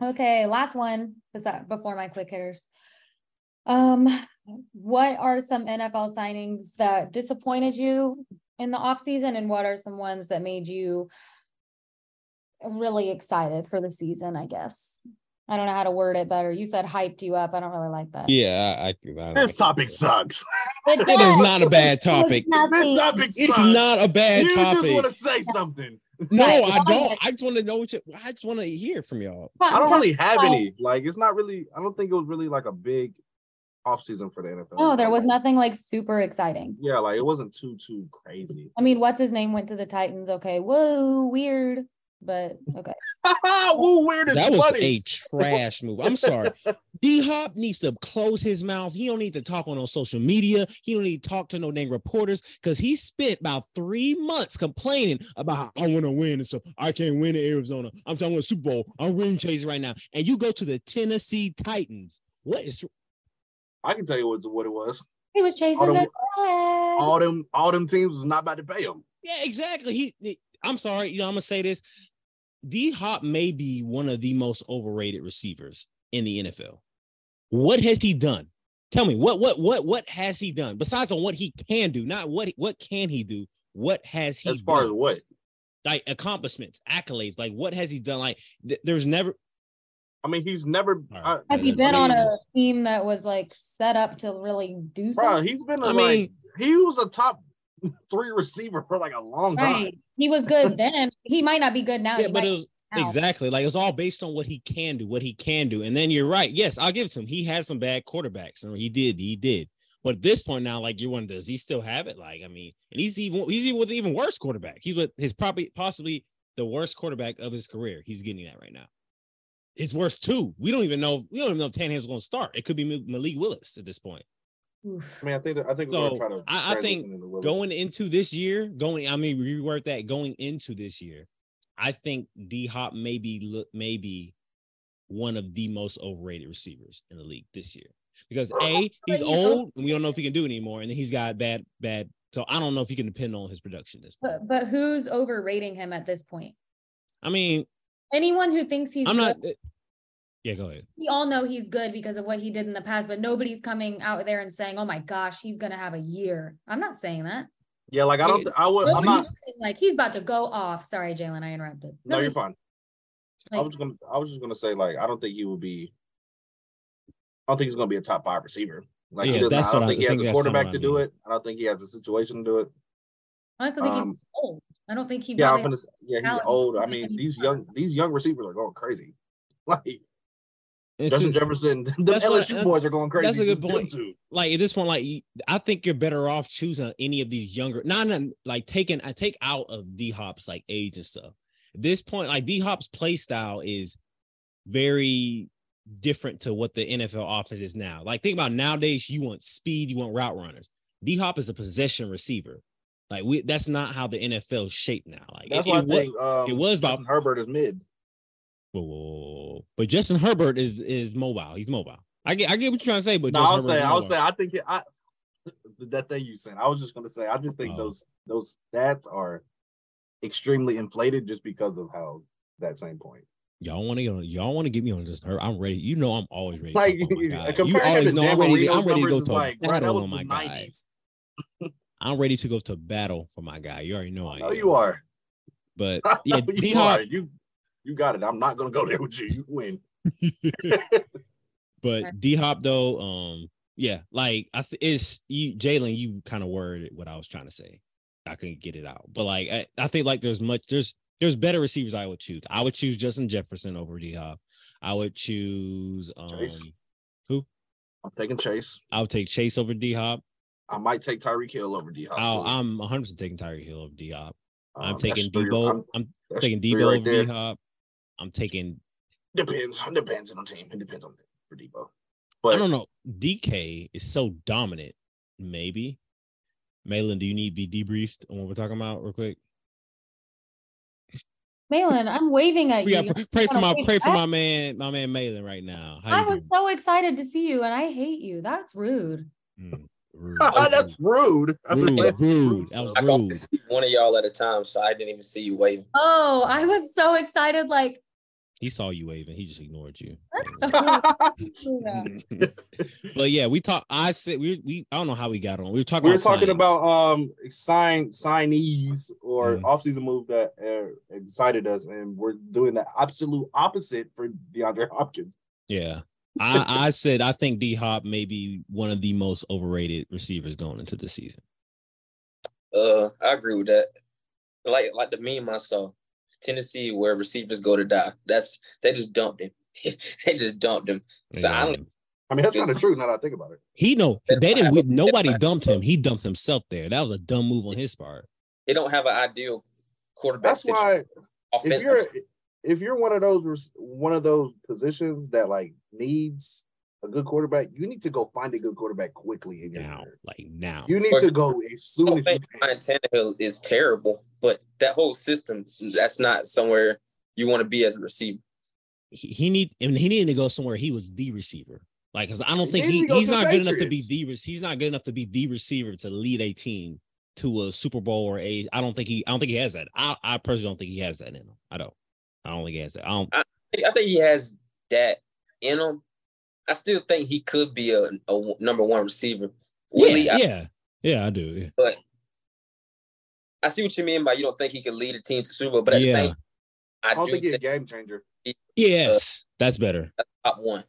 Speaker 1: Okay, last one besi- before my quick hitters. Um, what are some NFL signings that disappointed you in the offseason and what are some ones that made you really excited for the season, I guess? I don't know how to word it better. You said hyped you up. I don't really like that.
Speaker 4: Yeah, I. I, I like
Speaker 3: This
Speaker 4: it.
Speaker 3: topic sucks.
Speaker 1: It
Speaker 4: It is not a bad topic.
Speaker 1: nothing.
Speaker 3: This topic
Speaker 4: It's
Speaker 3: sucks.
Speaker 4: not a bad
Speaker 3: you just
Speaker 4: topic.
Speaker 3: want to say something.
Speaker 4: No,
Speaker 1: Right.
Speaker 4: I don't. I just want to know what you, I just want to hear from y'all.
Speaker 3: I don't really have
Speaker 1: about-
Speaker 3: any. Like, it's not really. I don't think it was really like a big offseason for the NFL.
Speaker 1: No, there was nothing like super exciting.
Speaker 3: Yeah, like it wasn't too too crazy.
Speaker 1: I mean, what's his name went to the Titans? Okay, whoa, weird, but okay.
Speaker 3: Woo, weird is
Speaker 4: That was
Speaker 3: funny.
Speaker 4: a trash move. I'm sorry. D Hop needs to close his mouth. He don't need to talk on, on social media. He don't need to talk to no dang reporters because he spent about three months complaining about how I want to win and stuff. I can't win in Arizona. I'm talking about Super Bowl. I'm winning chase right now. And you go to the Tennessee Titans. What is
Speaker 3: I can tell you what, what it was.
Speaker 1: He was chasing
Speaker 3: All
Speaker 1: the
Speaker 3: them-
Speaker 1: flag.
Speaker 3: All them all them teams was not about to pay him.
Speaker 4: Yeah, exactly. He, he- I'm sorry, you know, I'm gonna say this. D Hop may be one of the most overrated receivers in the NFL. What has he done? Tell me what what what what has he done besides on what he can do, not what what can he do? What has he
Speaker 3: As far
Speaker 4: done?
Speaker 3: as what?
Speaker 4: like accomplishments, accolades? Like what has he done? Like th- there's never
Speaker 3: I mean, he's never.
Speaker 4: All
Speaker 3: I,
Speaker 4: right.
Speaker 1: Has he
Speaker 4: Yeah,
Speaker 1: been
Speaker 3: I
Speaker 1: on
Speaker 3: mean-
Speaker 1: a team that was like set up to really do
Speaker 3: bro,
Speaker 1: something?
Speaker 3: he's been. a,
Speaker 4: I
Speaker 3: like,
Speaker 4: mean-
Speaker 3: he was a top three receiver for like a long time.
Speaker 1: Right. He was good then. He might not be good now.
Speaker 4: yeah,
Speaker 1: He
Speaker 4: but
Speaker 1: might
Speaker 4: it was
Speaker 1: be now.
Speaker 4: Exactly. Like it's all based on what he can do, what he can do. And then you're right. Yes, I'll give it to him. He had some bad quarterbacks. And he did, he did. But at this point now, like you're one, does he still have it? Like, I mean, and he's even he's even with an even worse quarterback. He's with his probably possibly the worst quarterback of his career. He's getting that right now. It's worse too. We don't even know. We don't even know if Tannehill's going to start. It could be Ma- Malik Willis at this point. uh,
Speaker 1: Oof.
Speaker 3: I mean, I think I think
Speaker 4: So,
Speaker 3: we're gonna try to.
Speaker 4: I- I think
Speaker 3: transition into Willis.
Speaker 4: going into this year, going, I mean, reword that going into this year, I think D Hop may be look maybe one of the most overrated receivers in the league this year. Because A, he's
Speaker 1: he's
Speaker 4: old and we don't know if he can do it anymore. And then he's got bad, bad. So I don't know if he can depend on his production at this point.
Speaker 1: But, but who's overrating him at this point?
Speaker 4: I mean,
Speaker 1: Anyone who thinks he's
Speaker 4: I'm not uh,
Speaker 1: good,
Speaker 4: yeah, go ahead.
Speaker 1: we all know he's good because of what he did in the past, but nobody's coming out there and saying, "Oh my gosh, he's going to have a year." I'm not saying that.
Speaker 3: Yeah, like I don't. I would. I'm
Speaker 1: Nobody's
Speaker 3: not.
Speaker 1: saying, like he's about to go off. Sorry, Jalen, I interrupted.
Speaker 3: No, you're
Speaker 1: Nobody's,
Speaker 3: fine. I
Speaker 1: like,
Speaker 3: was gonna. I was just gonna say like I don't think he will be. I don't think he's gonna be a top five receiver. Like
Speaker 4: Yeah,
Speaker 3: he doesn't,
Speaker 4: that's
Speaker 3: I don't
Speaker 4: what I-
Speaker 3: think
Speaker 4: I
Speaker 3: he
Speaker 4: think
Speaker 3: has a
Speaker 4: that's kinda
Speaker 3: quarterback
Speaker 4: what I
Speaker 3: to do
Speaker 4: mean.
Speaker 3: it. I don't think he has a situation to do it.
Speaker 1: I also think
Speaker 3: um,
Speaker 1: he's old. I don't think he.
Speaker 3: yeah, I'm
Speaker 1: probably-
Speaker 3: gonna, s- yeah, he's
Speaker 1: talent.
Speaker 3: old. I
Speaker 1: Like,
Speaker 3: mean,
Speaker 1: he's
Speaker 3: these
Speaker 1: young.
Speaker 3: young these young receivers are going crazy. Like
Speaker 4: And
Speaker 3: Justin
Speaker 4: so-
Speaker 3: Jefferson, the
Speaker 4: that's what I-
Speaker 3: LSU boys are going crazy.
Speaker 4: that's a good
Speaker 3: Them
Speaker 4: point.
Speaker 3: two.
Speaker 4: like at this point, like you- I think you're better off choosing any of these younger, not, not like taking I take out of D Hop's like age and stuff. At this point, like D Hop's play style is very different to what the NFL offense is now. Like think about nowadays, you want speed, you want route runners. D Hop is a possession receiver. Like we, that's not how the NFL is shaped now. Like
Speaker 3: That's
Speaker 4: it,
Speaker 3: why I
Speaker 4: it wa-
Speaker 3: think um,
Speaker 4: it was about-
Speaker 3: Justin Herbert is mid.
Speaker 4: Whoa, whoa, whoa, whoa. But Justin Herbert is is mobile. He's mobile. I get I get what you're trying to say, but
Speaker 3: No,
Speaker 4: Justin
Speaker 3: I'll
Speaker 4: Herbert
Speaker 3: say,
Speaker 4: is
Speaker 3: I'll
Speaker 4: mobile.
Speaker 3: say, I think it, I that thing you said. I was just gonna say, I just think
Speaker 4: Oh.
Speaker 3: those those stats are extremely inflated just because of how that same point.
Speaker 4: Y'all want to get on, y'all want to get me on this nerve. I'm ready. You know I'm always ready. to
Speaker 3: Like
Speaker 4: talk on Oh my guy.
Speaker 3: compared
Speaker 4: you always
Speaker 3: to
Speaker 4: know I'm ready, to- I'm
Speaker 3: Marino's
Speaker 4: ready to
Speaker 3: numbers,
Speaker 4: go
Speaker 3: is
Speaker 4: to
Speaker 3: like, bro, that
Speaker 4: battle
Speaker 3: was
Speaker 4: on my
Speaker 3: the
Speaker 4: guy.
Speaker 3: nineties.
Speaker 4: I'm ready to go to battle for my guy. You already know I
Speaker 3: No,
Speaker 4: am.
Speaker 3: you are.
Speaker 4: But
Speaker 3: No,
Speaker 4: yeah,
Speaker 3: you
Speaker 4: D
Speaker 3: are.
Speaker 4: Hop.
Speaker 3: You you got it. I'm not gonna go there with you. You win.
Speaker 4: but D Hop though, um, yeah, like I th- it's you, Jalen. You kind of worded what I was trying to say. I couldn't get it out, but like I, I think like there's much there's there's better receivers I would choose. I would choose Justin Jefferson over D Hop. I would choose um,
Speaker 3: Chase.
Speaker 4: who?
Speaker 3: I'm taking Chase.
Speaker 4: I would take Chase over D Hop.
Speaker 3: I might take Tyreek Hill over D Hop.
Speaker 4: I'll-
Speaker 3: too.
Speaker 4: Oh, I'm 100 percent taking Tyreek Hill over D Hop. I'm
Speaker 3: Um, that's
Speaker 4: taking
Speaker 3: three-
Speaker 4: Debo.
Speaker 3: I'm-
Speaker 4: I'm,
Speaker 3: that's
Speaker 4: taking
Speaker 3: three
Speaker 4: Debo
Speaker 3: right
Speaker 4: over
Speaker 3: there.
Speaker 4: D Hop. I'm taking.
Speaker 3: Depends. Depends on the team. It depends on for Debo.
Speaker 4: I
Speaker 3: But
Speaker 4: don't know. DK is so dominant. Maybe. Malin, do you need to be debriefed on what we're talking about real quick?
Speaker 1: Malin, I'm waving at
Speaker 4: We
Speaker 1: you.
Speaker 4: got
Speaker 1: You
Speaker 4: pray for
Speaker 1: wanna
Speaker 4: my
Speaker 1: wave
Speaker 4: pray for
Speaker 1: back?
Speaker 4: my man, my man Malin right now. How
Speaker 1: I
Speaker 4: you
Speaker 1: was so excited to see you and I hate you. That's rude.
Speaker 4: doing? Mm,
Speaker 3: That's rude. I mean,
Speaker 4: rude,
Speaker 3: that's
Speaker 4: rude, rude. That was
Speaker 6: I can only
Speaker 4: rude.
Speaker 6: see one of y'all at a time, so I didn't even see you waving.
Speaker 1: Oh, I was so excited. Like,
Speaker 4: He saw you waving. He just ignored you.
Speaker 1: that's so rude. Yeah.
Speaker 4: but yeah, we talked. I said we we. I don't know how we got on. We were talking.
Speaker 3: we were
Speaker 4: about
Speaker 3: talking
Speaker 4: signings.
Speaker 3: about um sign signees or
Speaker 6: Mm.
Speaker 4: Mhm.
Speaker 3: offseason move that uh, excited us, and we're doing the absolute opposite for DeAndre Hopkins.
Speaker 4: Yeah. I, I said I think D Hop may be one of the most overrated receivers going into the season.
Speaker 6: Uh, I agree with that. Like like the meme I saw, Tennessee where receivers go to die. That's they just dumped him. they just dumped him. So I don't-
Speaker 3: I mean, that's kind of true now that I think about it.
Speaker 4: He know they
Speaker 6: That's
Speaker 4: didn't.
Speaker 6: what
Speaker 4: We,
Speaker 6: happened.
Speaker 4: nobody dumped him. He dumped himself there. That was a dumb move on his part.
Speaker 6: They don't have an ideal quarterback
Speaker 3: That's
Speaker 6: situation.
Speaker 3: why if you're if you're one of those res- one of those positions that like needs a good quarterback, you need to go find a good quarterback quickly in your
Speaker 4: Now,
Speaker 3: career.
Speaker 4: like now,
Speaker 3: You need
Speaker 6: Or-
Speaker 3: to go as
Speaker 6: Oh, I
Speaker 3: soon
Speaker 6: don't
Speaker 3: as you
Speaker 6: think
Speaker 3: can.
Speaker 6: Ryan Tannehill is terrible, but that whole system that's not somewhere you want to be as a receiver.
Speaker 4: he, he need and he needed to go somewhere. He was the receiver. Like, cause I don't
Speaker 3: He
Speaker 4: think
Speaker 3: needed
Speaker 4: he,
Speaker 3: to go
Speaker 4: he's
Speaker 3: to the
Speaker 4: not good enough to be
Speaker 3: Patriots.
Speaker 4: the rec- he's not good enough to be the receiver to lead a team to a Super Bowl or a. I don't think he. I don't think he has that. I I personally don't think he has that in him. I don't. I don't think he has that. I don't.
Speaker 6: I think- I think he has that in him. I still think he could be a, a number one receiver.
Speaker 4: Yeah,
Speaker 6: Willie, I,
Speaker 4: yeah, yeah. I do. yeah.
Speaker 6: I see what you mean by you don't think he can lead a team to Super Bowl, but at
Speaker 4: Yeah.
Speaker 6: the same time, I,
Speaker 3: I don't
Speaker 6: do
Speaker 3: think
Speaker 6: think,
Speaker 3: he's a game changer.
Speaker 4: Yes, that's better.
Speaker 6: top one.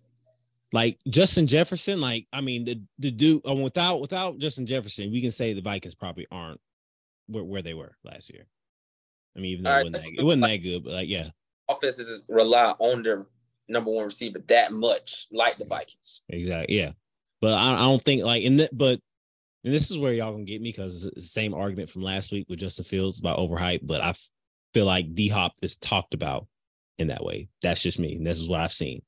Speaker 4: Like Justin Jefferson, like I mean, the the dude uh, without without Justin Jefferson, we can say the Vikings probably aren't where, where they were last year. I mean, even though
Speaker 6: All
Speaker 4: it,
Speaker 6: right,
Speaker 4: wasn't
Speaker 6: let's
Speaker 4: that,
Speaker 6: do
Speaker 4: it wasn't that good, but like, yeah,
Speaker 6: Offenses rely on their number one receiver that much, like the Vikings.
Speaker 4: exactly, yeah. But I, I don't think like in the, but and this is where y'all gonna get me because it's the same argument from last week with Justin Fields about overhype. But I f- feel like D Hop is talked about in that way. That's just me, and this is what I've seen.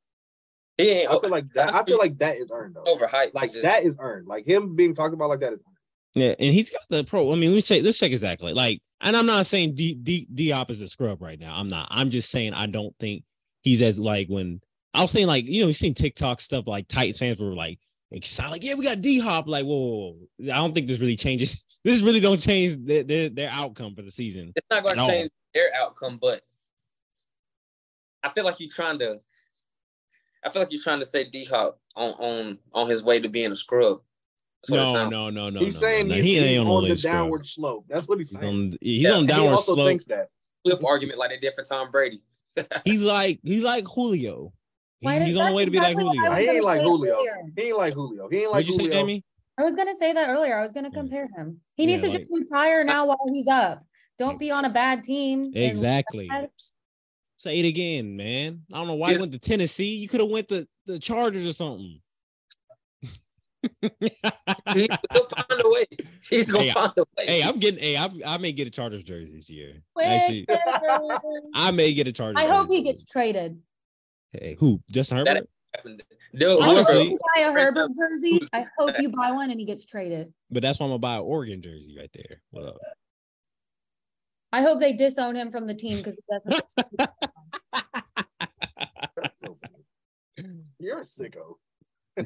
Speaker 6: He ain't
Speaker 3: I feel like that. I feel like that is earned though.
Speaker 6: overhyped.
Speaker 3: Like
Speaker 6: It's just-
Speaker 3: that is earned. Like him being talked about like that is. earned.
Speaker 4: Yeah, and he's got the pro. I mean, let us check. Let's check his accolade. Like, and I'm not saying D D Diop is a scrub right now. I'm not. I'm just saying I don't think he's as like when I was saying like you know you seen TikTok stuff like Titans fans were like excited like yeah we got D Hop like whoa, whoa, whoa. I don't think this really changes. This really don't change their their, their outcome for the season.
Speaker 6: it's not going
Speaker 4: at
Speaker 6: to
Speaker 4: all.
Speaker 6: change their outcome, but I feel like you're trying to. I feel like you're trying to say D Hop on on on his way to being a scrub. That's what it
Speaker 4: No,
Speaker 6: sounds-
Speaker 4: no, no, no.
Speaker 3: he's
Speaker 4: no,
Speaker 3: saying
Speaker 4: no,
Speaker 3: he's,
Speaker 4: he
Speaker 3: he's on,
Speaker 4: ain't on
Speaker 3: the
Speaker 4: scrub.
Speaker 3: downward slope. That's what he's
Speaker 4: He's
Speaker 3: saying.
Speaker 4: on, he's
Speaker 6: Yeah,
Speaker 4: on
Speaker 3: And he
Speaker 4: downward
Speaker 3: also
Speaker 4: slope.
Speaker 3: thinks that.
Speaker 6: Cliff argument like they did for Tom Brady.
Speaker 4: He's like he's like Julio. He-
Speaker 1: Why did-
Speaker 4: he's on the
Speaker 1: that's
Speaker 4: way to be
Speaker 1: exactly
Speaker 4: like
Speaker 1: what
Speaker 4: Julio.
Speaker 1: was
Speaker 3: He ain't
Speaker 1: gonna
Speaker 3: like
Speaker 1: say
Speaker 3: Julio.
Speaker 1: earlier.
Speaker 3: He ain't like Julio. He ain't like
Speaker 4: What'd you say,
Speaker 3: Julio.
Speaker 4: Jamie?
Speaker 1: I was gonna say that earlier. I was gonna
Speaker 4: Mm.
Speaker 1: compare him. He
Speaker 4: Yeah,
Speaker 1: needs to
Speaker 4: like-
Speaker 1: just retire now while he's up. Don't be on a bad team. and-
Speaker 4: Exactly.
Speaker 1: bad.
Speaker 4: Say it again, man. I don't know why you
Speaker 6: Yeah.
Speaker 4: went to Tennessee. You could have went to the Chargers or something.
Speaker 6: He's gonna find a way. He's gonna
Speaker 4: Hey,
Speaker 6: find a way.
Speaker 4: hey, I'm getting. Hey, I, I may get a Chargers jersey this year. Actually,
Speaker 1: Whatever.
Speaker 4: I may get a Chargers.
Speaker 1: I hope he
Speaker 4: jersey.
Speaker 1: gets traded.
Speaker 4: Hey, who? Justin
Speaker 6: That-
Speaker 4: Herbert.
Speaker 6: Dude,
Speaker 1: I hope
Speaker 4: Honestly-
Speaker 1: you buy a Herbert jersey. I hope you buy one and he gets traded.
Speaker 4: But that's why I'm gonna buy an Oregon jersey right there. What up?
Speaker 1: I hope they disown him from the team because that's
Speaker 3: That's so funny. You're a sicko.
Speaker 4: I'm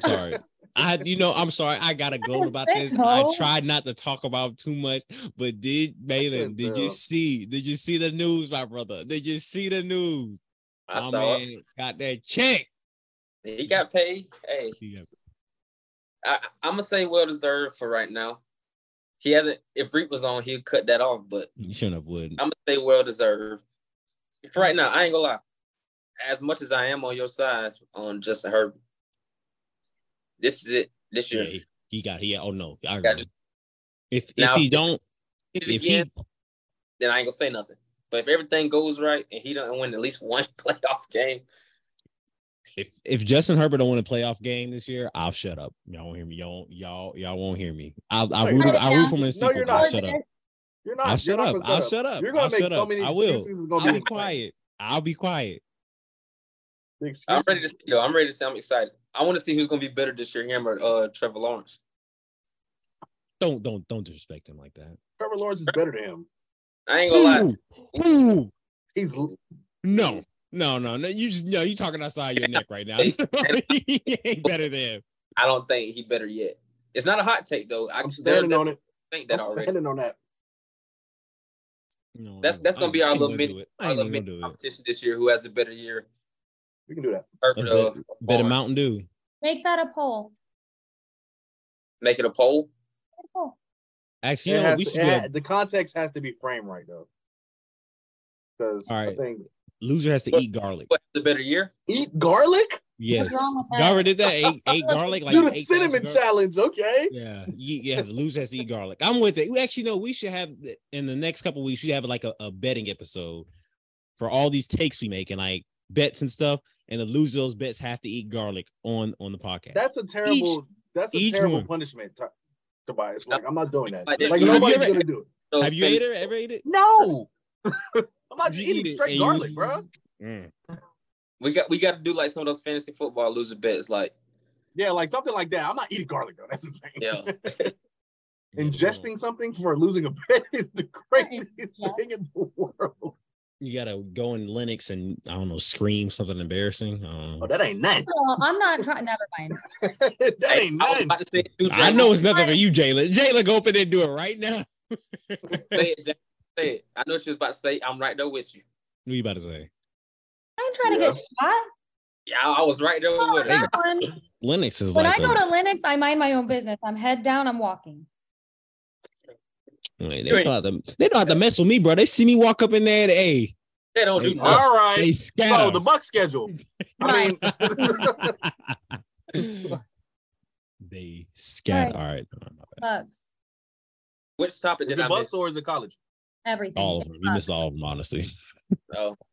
Speaker 4: sorry. I, you know, I'm sorry. I gotta go
Speaker 1: That's
Speaker 4: about
Speaker 1: sick,
Speaker 4: this.
Speaker 1: ho.
Speaker 4: I tried not to talk about too much, but did Malin?
Speaker 3: couldn't
Speaker 4: Did you
Speaker 3: tell.
Speaker 4: see? Did you see the news, my brother? Did you see the news?
Speaker 6: I
Speaker 4: my
Speaker 6: saw
Speaker 4: man got that check.
Speaker 6: it. he got paid. Hey,
Speaker 4: He got-
Speaker 6: I, I'm gonna say well deserved for right now. He hasn't. If Reek was on, he'd cut that off. But
Speaker 4: You shouldn't have would.
Speaker 6: I'm gonna say well deserved. For right now, I ain't gonna lie. As much as I am on your side on Justin Herbert, this is it this
Speaker 4: Yeah,
Speaker 6: year.
Speaker 4: he, he got he. Oh no, I
Speaker 6: Got
Speaker 4: remember. If if
Speaker 6: Now-
Speaker 4: he don't,
Speaker 6: If
Speaker 4: if
Speaker 6: again,
Speaker 4: he
Speaker 6: then I ain't gonna say nothing. But if everything goes right and he doesn't win at least one playoff game,
Speaker 4: if if Justin Herbert don't win a playoff game this year, I'll shut up. Y'all won't hear me. Y'all y'all y'all won't hear me. I'll I
Speaker 3: No,
Speaker 4: root
Speaker 3: you're
Speaker 4: I root for him in the
Speaker 3: No,
Speaker 4: sequel.
Speaker 3: you're
Speaker 4: but I'll
Speaker 3: not.
Speaker 4: shut up.
Speaker 3: You're not.
Speaker 4: I'll
Speaker 3: you're
Speaker 4: shut
Speaker 3: not
Speaker 4: up.
Speaker 3: gonna
Speaker 4: I'll shut up.
Speaker 3: You're gonna
Speaker 4: I'll
Speaker 3: make
Speaker 4: shut
Speaker 3: so
Speaker 4: up.
Speaker 3: many
Speaker 4: I will.
Speaker 3: excuses. It's gonna
Speaker 4: I'll
Speaker 3: be
Speaker 4: be
Speaker 3: insane.
Speaker 4: quiet. I'll be quiet.
Speaker 3: The excuses-
Speaker 6: I'm ready to see. Though. I'm ready to see. I'm excited. I want to see who's gonna be better this year, him or uh, Trevor Lawrence.
Speaker 4: Don't don't don't disrespect him like that.
Speaker 3: Trevor Lawrence is better than him.
Speaker 6: I ain't gonna lie.
Speaker 4: Who? Who?
Speaker 3: He's
Speaker 4: No, no, no, no. You just no. You talking outside your neck right now. he ain't better than him.
Speaker 6: I don't think he better yet. It's not a hot take though. I
Speaker 3: I'm standing on it.
Speaker 6: think that
Speaker 3: I'm
Speaker 6: already.
Speaker 3: standing on that.
Speaker 4: No,
Speaker 6: That's- that's gonna be our
Speaker 4: I ain't
Speaker 6: little
Speaker 4: gonna
Speaker 6: mini-
Speaker 4: do it. I
Speaker 6: Our
Speaker 4: ain't
Speaker 6: little
Speaker 4: gonna
Speaker 6: mini
Speaker 4: do it.
Speaker 6: competition this year. Who has the better year?
Speaker 3: We can do that.
Speaker 6: Herbert
Speaker 4: That's
Speaker 6: or
Speaker 4: better, better
Speaker 6: Barnes?
Speaker 4: Mountain Dew.
Speaker 1: Make that a poll.
Speaker 6: Make it a poll.
Speaker 1: Make it a poll.
Speaker 4: Actually,
Speaker 3: It
Speaker 4: you know,
Speaker 3: has
Speaker 4: what? we
Speaker 3: to-
Speaker 4: should
Speaker 3: it
Speaker 4: do
Speaker 3: ha-
Speaker 4: a
Speaker 3: the context has to be framed right though. Because
Speaker 4: All
Speaker 3: I
Speaker 4: right.
Speaker 3: think
Speaker 4: loser has to
Speaker 6: What-
Speaker 4: eat garlic.
Speaker 6: What the better year?
Speaker 3: eat garlic.
Speaker 4: Yes,
Speaker 1: wrong with that?
Speaker 4: Garver did that. Ate, ate garlic like
Speaker 3: do
Speaker 4: he
Speaker 3: the
Speaker 4: ate that
Speaker 3: cinnamon
Speaker 4: garlic.
Speaker 3: challenge, okay?
Speaker 4: Yeah, you, yeah. The loser has to eat garlic. I'm with it. We actually know we should have in the next couple weeks. We should have like a, a betting episode for all these takes we make and like bets and stuff. And the loser of those bets have to eat garlic on on the podcast.
Speaker 3: That's a terrible. that's a
Speaker 4: each
Speaker 3: terrible
Speaker 4: one.
Speaker 3: punishment, T- Tobias. Like I'm not doing that.
Speaker 6: Like, have
Speaker 3: Like
Speaker 4: you
Speaker 3: nobody's
Speaker 4: ever-
Speaker 3: gonna do it.
Speaker 6: Those
Speaker 4: have you
Speaker 6: things-
Speaker 4: ate it? Ever ate it?
Speaker 3: No, I'm not
Speaker 4: You
Speaker 3: eating
Speaker 4: eat it
Speaker 3: straight
Speaker 4: and you
Speaker 3: garlic,
Speaker 4: just-
Speaker 3: bro.
Speaker 4: Mm.
Speaker 6: We got we got to do like some of those fantasy football loser bets. Like
Speaker 3: Yeah, like something like that. I'm not eating garlic though. That's insane.
Speaker 6: yeah,
Speaker 4: Yeah,
Speaker 3: Ingesting something for losing a bet is the craziest
Speaker 1: Yes.
Speaker 3: thing in the world.
Speaker 4: You gotta go in Linux and I don't know, scream something embarrassing. I, don't
Speaker 3: Oh,
Speaker 4: know.
Speaker 3: that ain't nothing.
Speaker 1: Well, I'm not trying. Never mind.
Speaker 3: that ain't
Speaker 6: I was
Speaker 3: nothing.
Speaker 6: about to say it too,
Speaker 4: I
Speaker 6: Jalen.
Speaker 4: know it's nothing for you, Jalen. Jalen, go open there and do it right now.
Speaker 6: Say it, Jalen. Say it. I know what you was about to say. I'm right there with you.
Speaker 4: What you about to say?
Speaker 1: I ain't trying to get shot.
Speaker 6: Yeah, I was right there
Speaker 1: Come
Speaker 6: with
Speaker 1: on,
Speaker 6: it.
Speaker 1: that one.
Speaker 4: Linux is
Speaker 1: When I
Speaker 4: like
Speaker 1: go
Speaker 4: a-
Speaker 1: to Linux, I mind my own business. I'm head down. I'm walking.
Speaker 4: Wait,
Speaker 6: You
Speaker 4: they,
Speaker 6: ain't-
Speaker 4: don't have to, they don't have to mess with me, bro. They see me walk up in there and hey,
Speaker 6: They don't do
Speaker 4: Hey,
Speaker 6: nothing.
Speaker 3: All right.
Speaker 4: they
Speaker 3: So
Speaker 4: scatter.
Speaker 3: the buck schedule. I mean,
Speaker 4: they scatter.
Speaker 1: Right.
Speaker 4: All right. No, my bad.
Speaker 1: Bugs.
Speaker 6: Which topic
Speaker 3: is
Speaker 6: did I
Speaker 3: it
Speaker 6: miss?
Speaker 3: bucks or is it college?
Speaker 1: Everything.
Speaker 4: All of them. You missed all of them, honestly.
Speaker 6: Oh,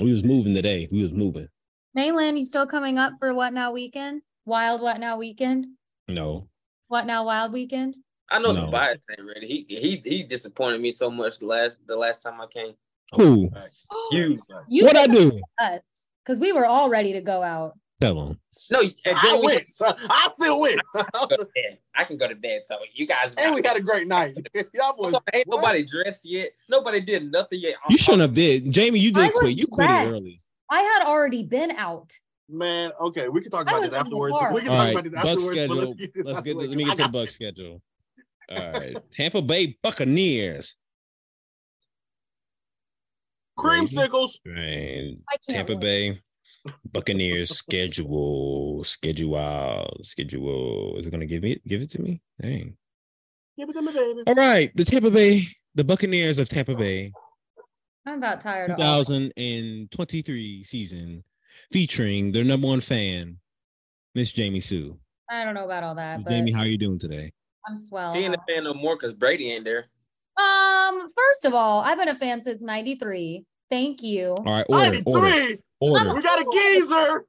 Speaker 4: We was moving today. We was moving.
Speaker 1: Nayland, you still coming up for What Now Weekend? Wild What Now Weekend?
Speaker 4: No.
Speaker 1: What Now Wild Weekend?
Speaker 6: I know
Speaker 4: No.
Speaker 6: Tobias ain't ready. He he he disappointed me so much the last the last time I came.
Speaker 4: Who?
Speaker 6: You
Speaker 1: You
Speaker 4: What I do?
Speaker 1: us because we were all ready to go out.
Speaker 4: Tell them.
Speaker 6: no, and
Speaker 3: I
Speaker 6: Jalen, we
Speaker 3: win. So I still win.
Speaker 6: can go to bed. I can go to bed. So you guys,
Speaker 3: and we had a great night. Y'all
Speaker 6: I'm
Speaker 3: boys,
Speaker 6: sorry, ain't nobody dressed yet. Nobody did nothing yet.
Speaker 4: You shouldn't have did. Jamie, you
Speaker 1: I
Speaker 4: did
Speaker 1: was
Speaker 4: quit. You quit
Speaker 1: back.
Speaker 4: it early.
Speaker 1: I had already been out.
Speaker 3: man. Okay, we can talk
Speaker 1: I
Speaker 3: about
Speaker 1: was
Speaker 3: this
Speaker 1: in the
Speaker 3: afterwards.
Speaker 1: bar.
Speaker 3: We can
Speaker 4: All
Speaker 3: talk
Speaker 4: right,
Speaker 3: about this
Speaker 4: Bucks
Speaker 3: afterwards. but
Speaker 4: schedule.
Speaker 3: this
Speaker 4: Let's
Speaker 3: out
Speaker 4: get
Speaker 3: the
Speaker 4: the,
Speaker 3: way.
Speaker 4: let me
Speaker 3: I
Speaker 4: get to the
Speaker 3: got
Speaker 4: Buck
Speaker 3: you.
Speaker 4: schedule. All right. Tampa Bay Buccaneers.
Speaker 3: Creamsicles.
Speaker 4: Right.
Speaker 1: I can't.
Speaker 4: Tampa
Speaker 1: wait.
Speaker 4: Bay Buccaneers schedule schedule schedule. Is it gonna give me give it to me? Dang.
Speaker 3: Give it to me, baby.
Speaker 4: All right, the Tampa Bay, the Buccaneers of Tampa Bay,
Speaker 1: I'm about tired of all.
Speaker 4: 2023 season, featuring their number one fan, Miss Jamie Sue.
Speaker 1: I don't know about all that, but
Speaker 4: Jamie, how are you doing today?
Speaker 1: I'm swell.
Speaker 6: Being a fan no more because Brady ain't there.
Speaker 1: Um, first of all, I've been a fan since '93. Thank you.
Speaker 4: All right, order,
Speaker 3: 93.
Speaker 4: order, order,
Speaker 3: We got a geezer.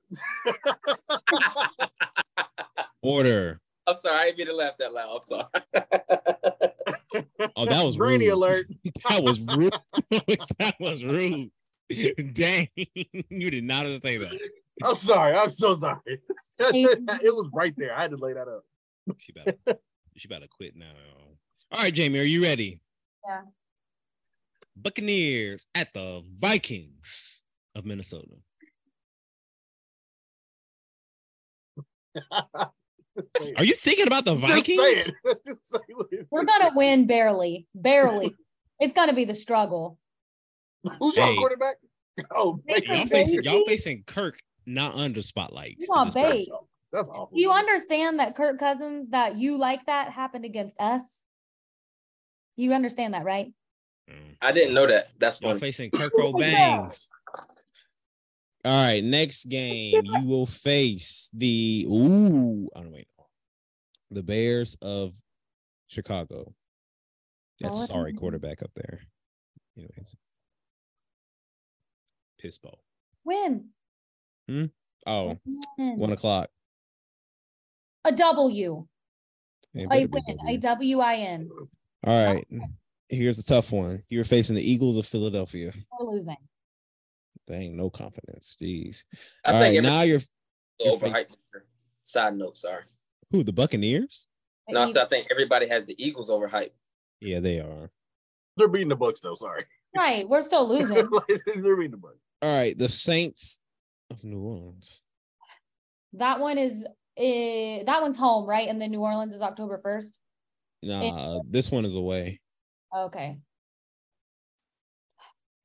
Speaker 4: order.
Speaker 6: I'm sorry, I didn't mean to laugh that loud. I'm sorry.
Speaker 4: Oh, that was
Speaker 3: Brainy
Speaker 4: rude.
Speaker 3: alert.
Speaker 4: That was rude. that was rude. Dang, you did not say that.
Speaker 3: I'm sorry. I'm so sorry.
Speaker 1: Hey.
Speaker 3: it was right there. I had to lay that up.
Speaker 4: She about to, she about to quit now. All right, Jamie, are you ready?
Speaker 1: Yeah.
Speaker 4: Buccaneers at the Vikings of Minnesota.
Speaker 3: Say it.
Speaker 4: Are you thinking about the
Speaker 3: Just say
Speaker 4: Vikings?
Speaker 3: it. Just say what it-
Speaker 1: We're gonna win barely, barely. it's gonna be the struggle.
Speaker 3: Who's your
Speaker 4: Hey.
Speaker 3: quarterback? Oh,
Speaker 1: Hey,
Speaker 4: Y'all
Speaker 3: man.
Speaker 4: facing y'all facing Kirk not under spotlight.
Speaker 1: You on
Speaker 4: at this
Speaker 1: base.
Speaker 4: point.
Speaker 3: That's, that's awful.
Speaker 4: Mm-hmm.
Speaker 1: Do you understand that Kirk Cousins that you like that happened against us? You understand that, right?
Speaker 4: Mm.
Speaker 6: I didn't know that. That's
Speaker 4: Y'all
Speaker 6: funny.
Speaker 4: facing Kirk O'Bangs. All right, next game you will face the ooh, I don't wait. The Bears of Chicago. That's
Speaker 1: Oh,
Speaker 4: a sorry
Speaker 1: no.
Speaker 4: quarterback up there. Anyways. Piss ball.
Speaker 1: Win.
Speaker 4: Oh,
Speaker 1: Win.
Speaker 4: one o'clock.
Speaker 1: A W.
Speaker 4: It
Speaker 1: A
Speaker 4: better be
Speaker 1: win. A
Speaker 4: W.
Speaker 1: W I N.
Speaker 4: All right. Here's a tough one. You're facing the Eagles of Philadelphia.
Speaker 1: We're losing.
Speaker 4: Dang, no confidence. Jeez.
Speaker 6: I
Speaker 4: All right,
Speaker 6: think every-
Speaker 4: now you're you're
Speaker 6: overhyped. Side note, sorry.
Speaker 4: who? The Buccaneers?
Speaker 1: The
Speaker 6: No, I
Speaker 1: Eagles-
Speaker 6: said I think everybody has the Eagles overhyped.
Speaker 4: Yeah, they are.
Speaker 3: They're beating the Bucks though. Sorry.
Speaker 1: Right. We're still losing.
Speaker 3: like, they're reading the book.
Speaker 4: All right, the Saints of New Orleans.
Speaker 1: that one is eh, that one's home, right? And then New Orleans is October 1st.
Speaker 4: Nah, this one is away.
Speaker 1: Okay.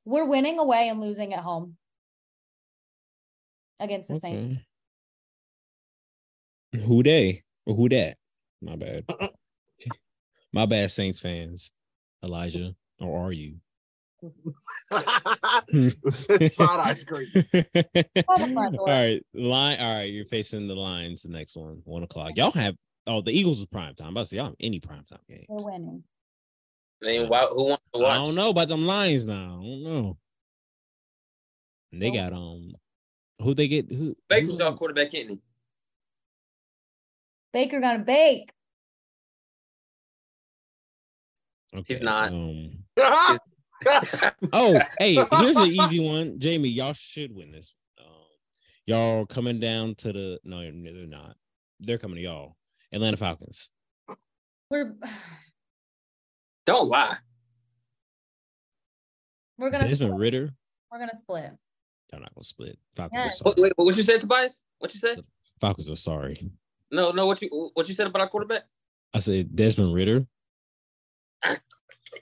Speaker 1: We're winning away and losing at home against the Saints.
Speaker 4: Okay. Who they or who that? My bad. My bad, Saints fans. Elijah, or are you?
Speaker 3: Side eye's crazy.
Speaker 1: front
Speaker 4: all
Speaker 1: door.
Speaker 4: right, line. All right, you're facing the Lions. The next one, one o'clock. Y'all have oh the Eagles was prime time. I'm about to say y'all have any prime time games.
Speaker 1: We're winning.
Speaker 6: I mean, why, who wants to watch?
Speaker 4: I don't know about them Lions now. I don't know. And
Speaker 1: Oh.
Speaker 4: They got um, who they get who?
Speaker 6: Baker's
Speaker 4: who-
Speaker 6: our quarterback, isn't he?
Speaker 1: Baker gonna bake.
Speaker 6: He's not.
Speaker 4: Um,
Speaker 6: That's
Speaker 4: oh, hey, here's an easy one, Jamie. Y'all should win this. Um, y'all coming down to the no, no, they're not. They're coming to y'all. Atlanta Falcons.
Speaker 1: We're
Speaker 6: don't lie.
Speaker 1: we're gonna
Speaker 4: Desmond
Speaker 1: split.
Speaker 4: Ritter.
Speaker 1: we're gonna split.
Speaker 4: They're not gonna split. Falcons.
Speaker 1: Yes.
Speaker 4: Are
Speaker 6: What,
Speaker 4: sorry.
Speaker 6: wait, what you said, Tobias? What you said?
Speaker 4: Falcons are sorry.
Speaker 6: No, no. What you what you said about our quarterback?
Speaker 4: I said Desmond Ritter.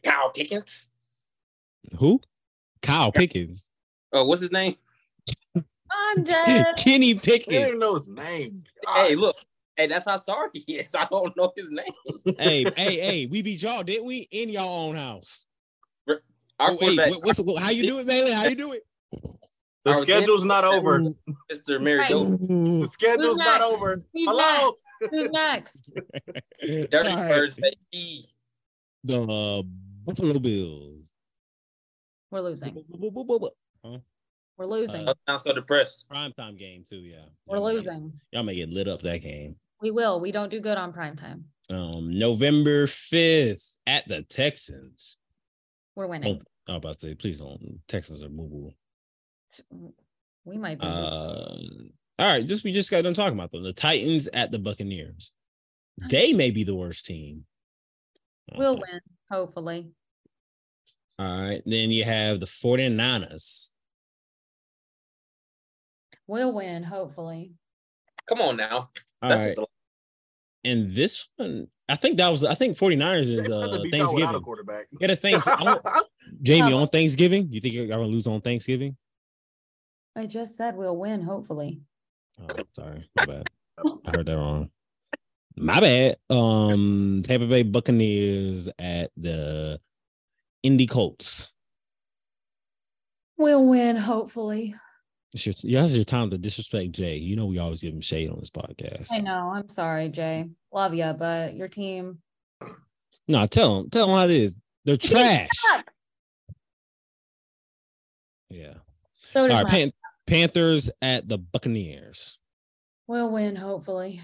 Speaker 6: Kyle Pickens.
Speaker 4: Who? Kyle Pickens.
Speaker 6: Oh, what's his name?
Speaker 1: I'm dead.
Speaker 4: Kenny
Speaker 3: I didn't even
Speaker 4: Pickens.
Speaker 3: know his name.
Speaker 6: Hey, look. Hey, that's how sorry he is. I don't know his name.
Speaker 4: hey, hey, hey, we beat y'all, didn't we? In your own house.
Speaker 6: Our
Speaker 4: Oh, hey,
Speaker 6: quarterback,
Speaker 4: what- what's, what, how you do it, Bailey? How you do it?
Speaker 3: the
Speaker 6: our-
Speaker 3: schedule's not over.
Speaker 6: Mr. Mary
Speaker 1: Right.
Speaker 6: Go.
Speaker 3: The
Speaker 1: Mm-hmm.
Speaker 4: Ooh.
Speaker 3: schedule's not
Speaker 1: next?
Speaker 3: over.
Speaker 1: Who's
Speaker 3: Hello.
Speaker 1: next? Who's next?
Speaker 6: Dirty
Speaker 4: All right.
Speaker 6: Thursday. E.
Speaker 4: The uh, Buffalo Bills.
Speaker 1: We're losing.
Speaker 4: Huh?
Speaker 1: We're losing.
Speaker 4: Uh,
Speaker 6: I'm so depressed.
Speaker 4: Prime time game too, yeah.
Speaker 1: we're
Speaker 4: Y'all may-
Speaker 1: losing.
Speaker 4: Y'all may get lit up that game.
Speaker 1: We will. We don't do good on prime time.
Speaker 4: Um, November fifth at the Texans.
Speaker 1: We're winning.
Speaker 4: I was about to say, please don't. Texans are boo boo.
Speaker 1: We might be.
Speaker 4: Oh. Uh, all right, just we just got done talking about them. The Titans at the Buccaneers. They may be the worst team. Oh,
Speaker 1: we'll
Speaker 4: sorry.
Speaker 1: win, hopefully.
Speaker 4: All right, then you have the 49ers.
Speaker 1: We'll win, hopefully.
Speaker 6: Come on now.
Speaker 4: All
Speaker 6: that's
Speaker 4: right,
Speaker 6: just a,
Speaker 4: and this one, I think that was I think 49ers is
Speaker 3: Nothing beats y'all
Speaker 4: uh,
Speaker 3: without a
Speaker 4: Thanksgiving.
Speaker 3: quarterback.
Speaker 4: Yeah, the things Jamie on Thanksgiving. You think y'all gonna lose on Thanksgiving?
Speaker 1: I just said we'll win, hopefully.
Speaker 4: Oh, sorry, my bad. I heard that wrong. My bad. Um, Tampa Bay Buccaneers at the Indy Colts.
Speaker 1: We'll win, hopefully.
Speaker 4: It's your, yeah, it's your time to disrespect Jay. You know we always give him shade on this podcast.
Speaker 1: I know. I'm sorry, Jay. Love you, but your team.
Speaker 4: No, tell him, tell him how it is. They're trash.
Speaker 1: suck.
Speaker 4: Yeah.
Speaker 1: So
Speaker 4: All
Speaker 1: does
Speaker 4: right.
Speaker 1: mine.
Speaker 4: Pan- Panthers at the Buccaneers.
Speaker 1: We'll win, hopefully.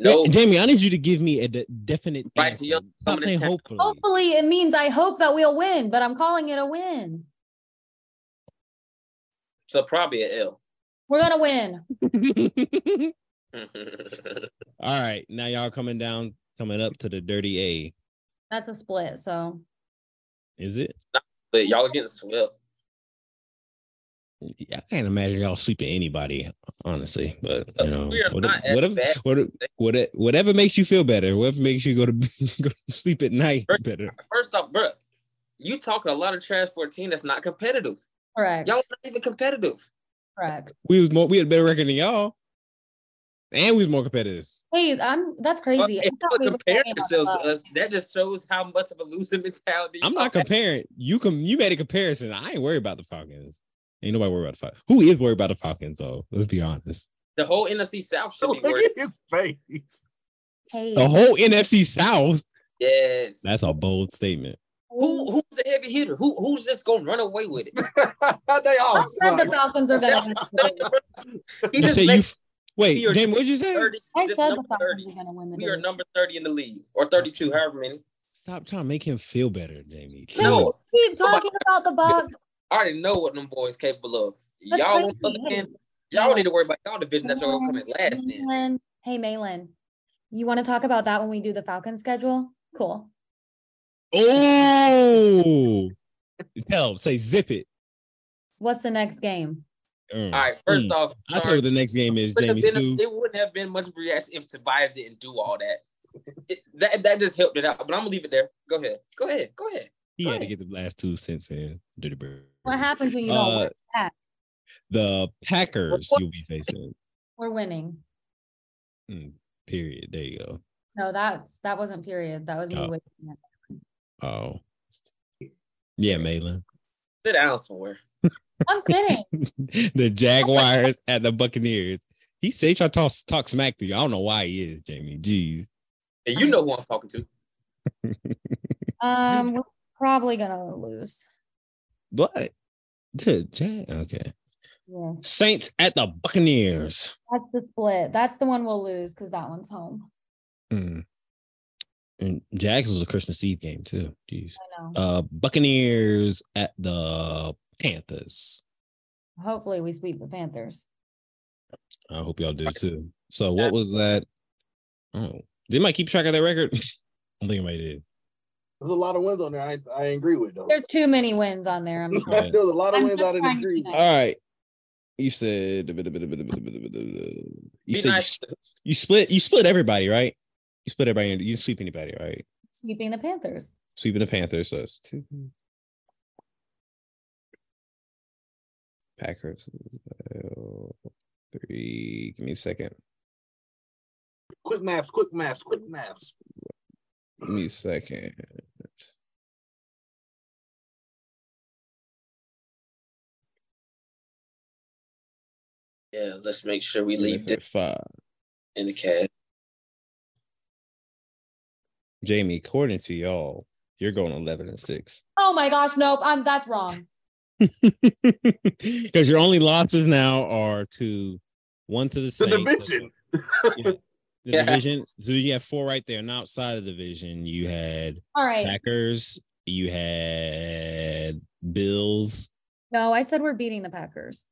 Speaker 6: no.
Speaker 4: Yeah, Jamie, I need you to give me a de- definite
Speaker 6: Right,
Speaker 4: answer.
Speaker 6: yeah,
Speaker 4: Stop
Speaker 6: I'm
Speaker 4: saying
Speaker 6: gonna
Speaker 4: hopefully.
Speaker 1: Hopefully, it means I hope that we'll win, but I'm calling it a win.
Speaker 6: So probably a L.
Speaker 1: We're gonna win.
Speaker 4: All right, now y'all coming down, coming up to the dirty A.
Speaker 1: That's a split. So
Speaker 4: Is it?
Speaker 6: but y'all are getting swept.
Speaker 4: I can't imagine y'all sleeping anybody, honestly. But you know,
Speaker 6: Uh, We are
Speaker 4: what-
Speaker 6: not as
Speaker 4: whatever,
Speaker 6: bad.
Speaker 4: what- what- whatever makes you feel better, whatever makes you go to go to sleep at night
Speaker 6: Right.
Speaker 4: better.
Speaker 6: First off, bro, you talking a lot of trash for a team that's not competitive.
Speaker 1: correct.
Speaker 6: Y'all not even competitive.
Speaker 1: Correct.
Speaker 4: We was more, we had a better record than y'all, and we was more competitive.
Speaker 1: Hey, I'm that's
Speaker 6: Well,
Speaker 1: crazy. I
Speaker 6: if
Speaker 1: thought
Speaker 6: y'all
Speaker 1: we were
Speaker 6: compare
Speaker 1: going
Speaker 6: yourselves to
Speaker 1: above.
Speaker 6: us, that just shows how much of a losing mentality.
Speaker 4: I'm
Speaker 6: y'all
Speaker 4: not
Speaker 6: have.
Speaker 4: comparing. You can you made a comparison. I ain't worried about the Falcons. Ain't nobody worried about the Falcons. Who is worried about the Falcons? Though, let's be honest.
Speaker 6: The whole NFC South
Speaker 4: Oh,
Speaker 6: should be
Speaker 3: Look
Speaker 6: worse.
Speaker 3: at his face.
Speaker 1: Hey,
Speaker 4: The whole NFC South.
Speaker 6: Yes.
Speaker 4: That's a bold statement.
Speaker 6: Who who's the heavy hitter? Who who's just gonna run away with it?
Speaker 3: they all
Speaker 1: I said the
Speaker 3: suck.
Speaker 1: Falcons are gonna. win.
Speaker 6: He
Speaker 4: You
Speaker 6: just
Speaker 4: say you.
Speaker 6: makes
Speaker 4: Wait,
Speaker 6: we are
Speaker 4: Jamie, what'd you say?
Speaker 6: 30,
Speaker 1: I
Speaker 6: just
Speaker 1: said the
Speaker 6: number
Speaker 1: Falcons
Speaker 6: 30.
Speaker 1: are gonna win the
Speaker 6: We are
Speaker 1: division.
Speaker 6: number 30 in the league, or 32, however many.
Speaker 4: Stop trying to make him feel better, Jamie.
Speaker 6: No,
Speaker 1: Keep talking about the Bucks.
Speaker 6: I already know what them boys capable of.
Speaker 1: That's
Speaker 6: Y'all on the
Speaker 1: crazy.
Speaker 6: other hand,
Speaker 1: Hey,
Speaker 6: y'all
Speaker 1: Malin,
Speaker 6: need to worry about y'all division that y'all coming
Speaker 1: Malin,
Speaker 6: last
Speaker 4: Mm.
Speaker 6: in.
Speaker 1: Malin. Hey, Malin, you want to talk about that when we do the Falcons schedule? Cool.
Speaker 4: Oh, Tell him, say zip it.
Speaker 1: What's the next game?
Speaker 4: Mm.
Speaker 6: All right, first
Speaker 4: Mm.
Speaker 6: off,
Speaker 4: I
Speaker 6: sorry.
Speaker 4: told you the next game is
Speaker 6: wouldn't
Speaker 4: Jamie
Speaker 6: have been a-
Speaker 4: Sue.
Speaker 6: it wouldn't have been much of a reaction if Tobias didn't do all that. It- that that just helped it out. But I'm gonna leave it there. Go ahead. Go ahead. Go ahead.
Speaker 4: He had to get the last two cents in. Dirty bird.
Speaker 1: What happens when you don't
Speaker 4: Uh,
Speaker 1: work back?
Speaker 4: The Packers you'll be facing.
Speaker 1: We're winning.
Speaker 4: Mm, period. There you go.
Speaker 1: No, that's that wasn't period. That was me
Speaker 4: Oh.
Speaker 1: wasting it.
Speaker 4: Oh. Yeah, Malin.
Speaker 6: Sit down somewhere.
Speaker 1: I'm sitting.
Speaker 4: the Jaguars at the Buccaneers. He said he tried to talk, talk smack to you. I don't know why he is, Jamie. Jeez.
Speaker 6: And you know who I'm talking to.
Speaker 1: Um, we're probably gonna lose.
Speaker 4: But to Jag- okay.
Speaker 1: Yes,
Speaker 4: Saints at the Buccaneers.
Speaker 1: that's the split. That's the one we'll lose because that one's home.
Speaker 4: Mm. And Jags was a Christmas Eve game too. Jeez.
Speaker 1: I know.
Speaker 4: Uh Buccaneers at the Panthers.
Speaker 1: Hopefully, we sweep the Panthers.
Speaker 4: I hope y'all do too. So what was that? Oh, did might keep track of that record? I don't think anybody did.
Speaker 3: There's a lot of wins on there. I I agree with though.
Speaker 1: There's too many wins on there. I'm sure.
Speaker 4: Right.
Speaker 3: There's a lot of
Speaker 1: I'm
Speaker 3: wins
Speaker 1: just
Speaker 3: I didn't
Speaker 1: trying to
Speaker 3: agree.
Speaker 1: be
Speaker 3: with.
Speaker 1: nice.
Speaker 4: All right. You said you
Speaker 6: Be
Speaker 4: said you,
Speaker 6: nice.
Speaker 4: s- you split you split everybody, right? You split everybody. You didn't sweep anybody, right?
Speaker 1: Sweeping the Panthers.
Speaker 4: Sweeping the Panthers. So it's two. Packers. so Three. Give me a second.
Speaker 3: Quick maps, quick maps, quick maps.
Speaker 4: Give me a second.
Speaker 6: Yeah, let's make sure we
Speaker 4: And
Speaker 6: leave
Speaker 4: that's
Speaker 6: this
Speaker 4: at Five.
Speaker 6: in the cab.
Speaker 4: Jamie, according to y'all, you're going eleven and six.
Speaker 1: Oh my gosh, nope. I'm that's wrong.
Speaker 4: Because your only losses now are to one to the
Speaker 3: The
Speaker 4: Saints.
Speaker 3: division.
Speaker 4: Yeah. The
Speaker 6: Yeah.
Speaker 4: division. So you have four right there. And outside of the division, you had
Speaker 1: All right.
Speaker 4: Packers, you had Bills.
Speaker 1: No, I said we're beating the Packers.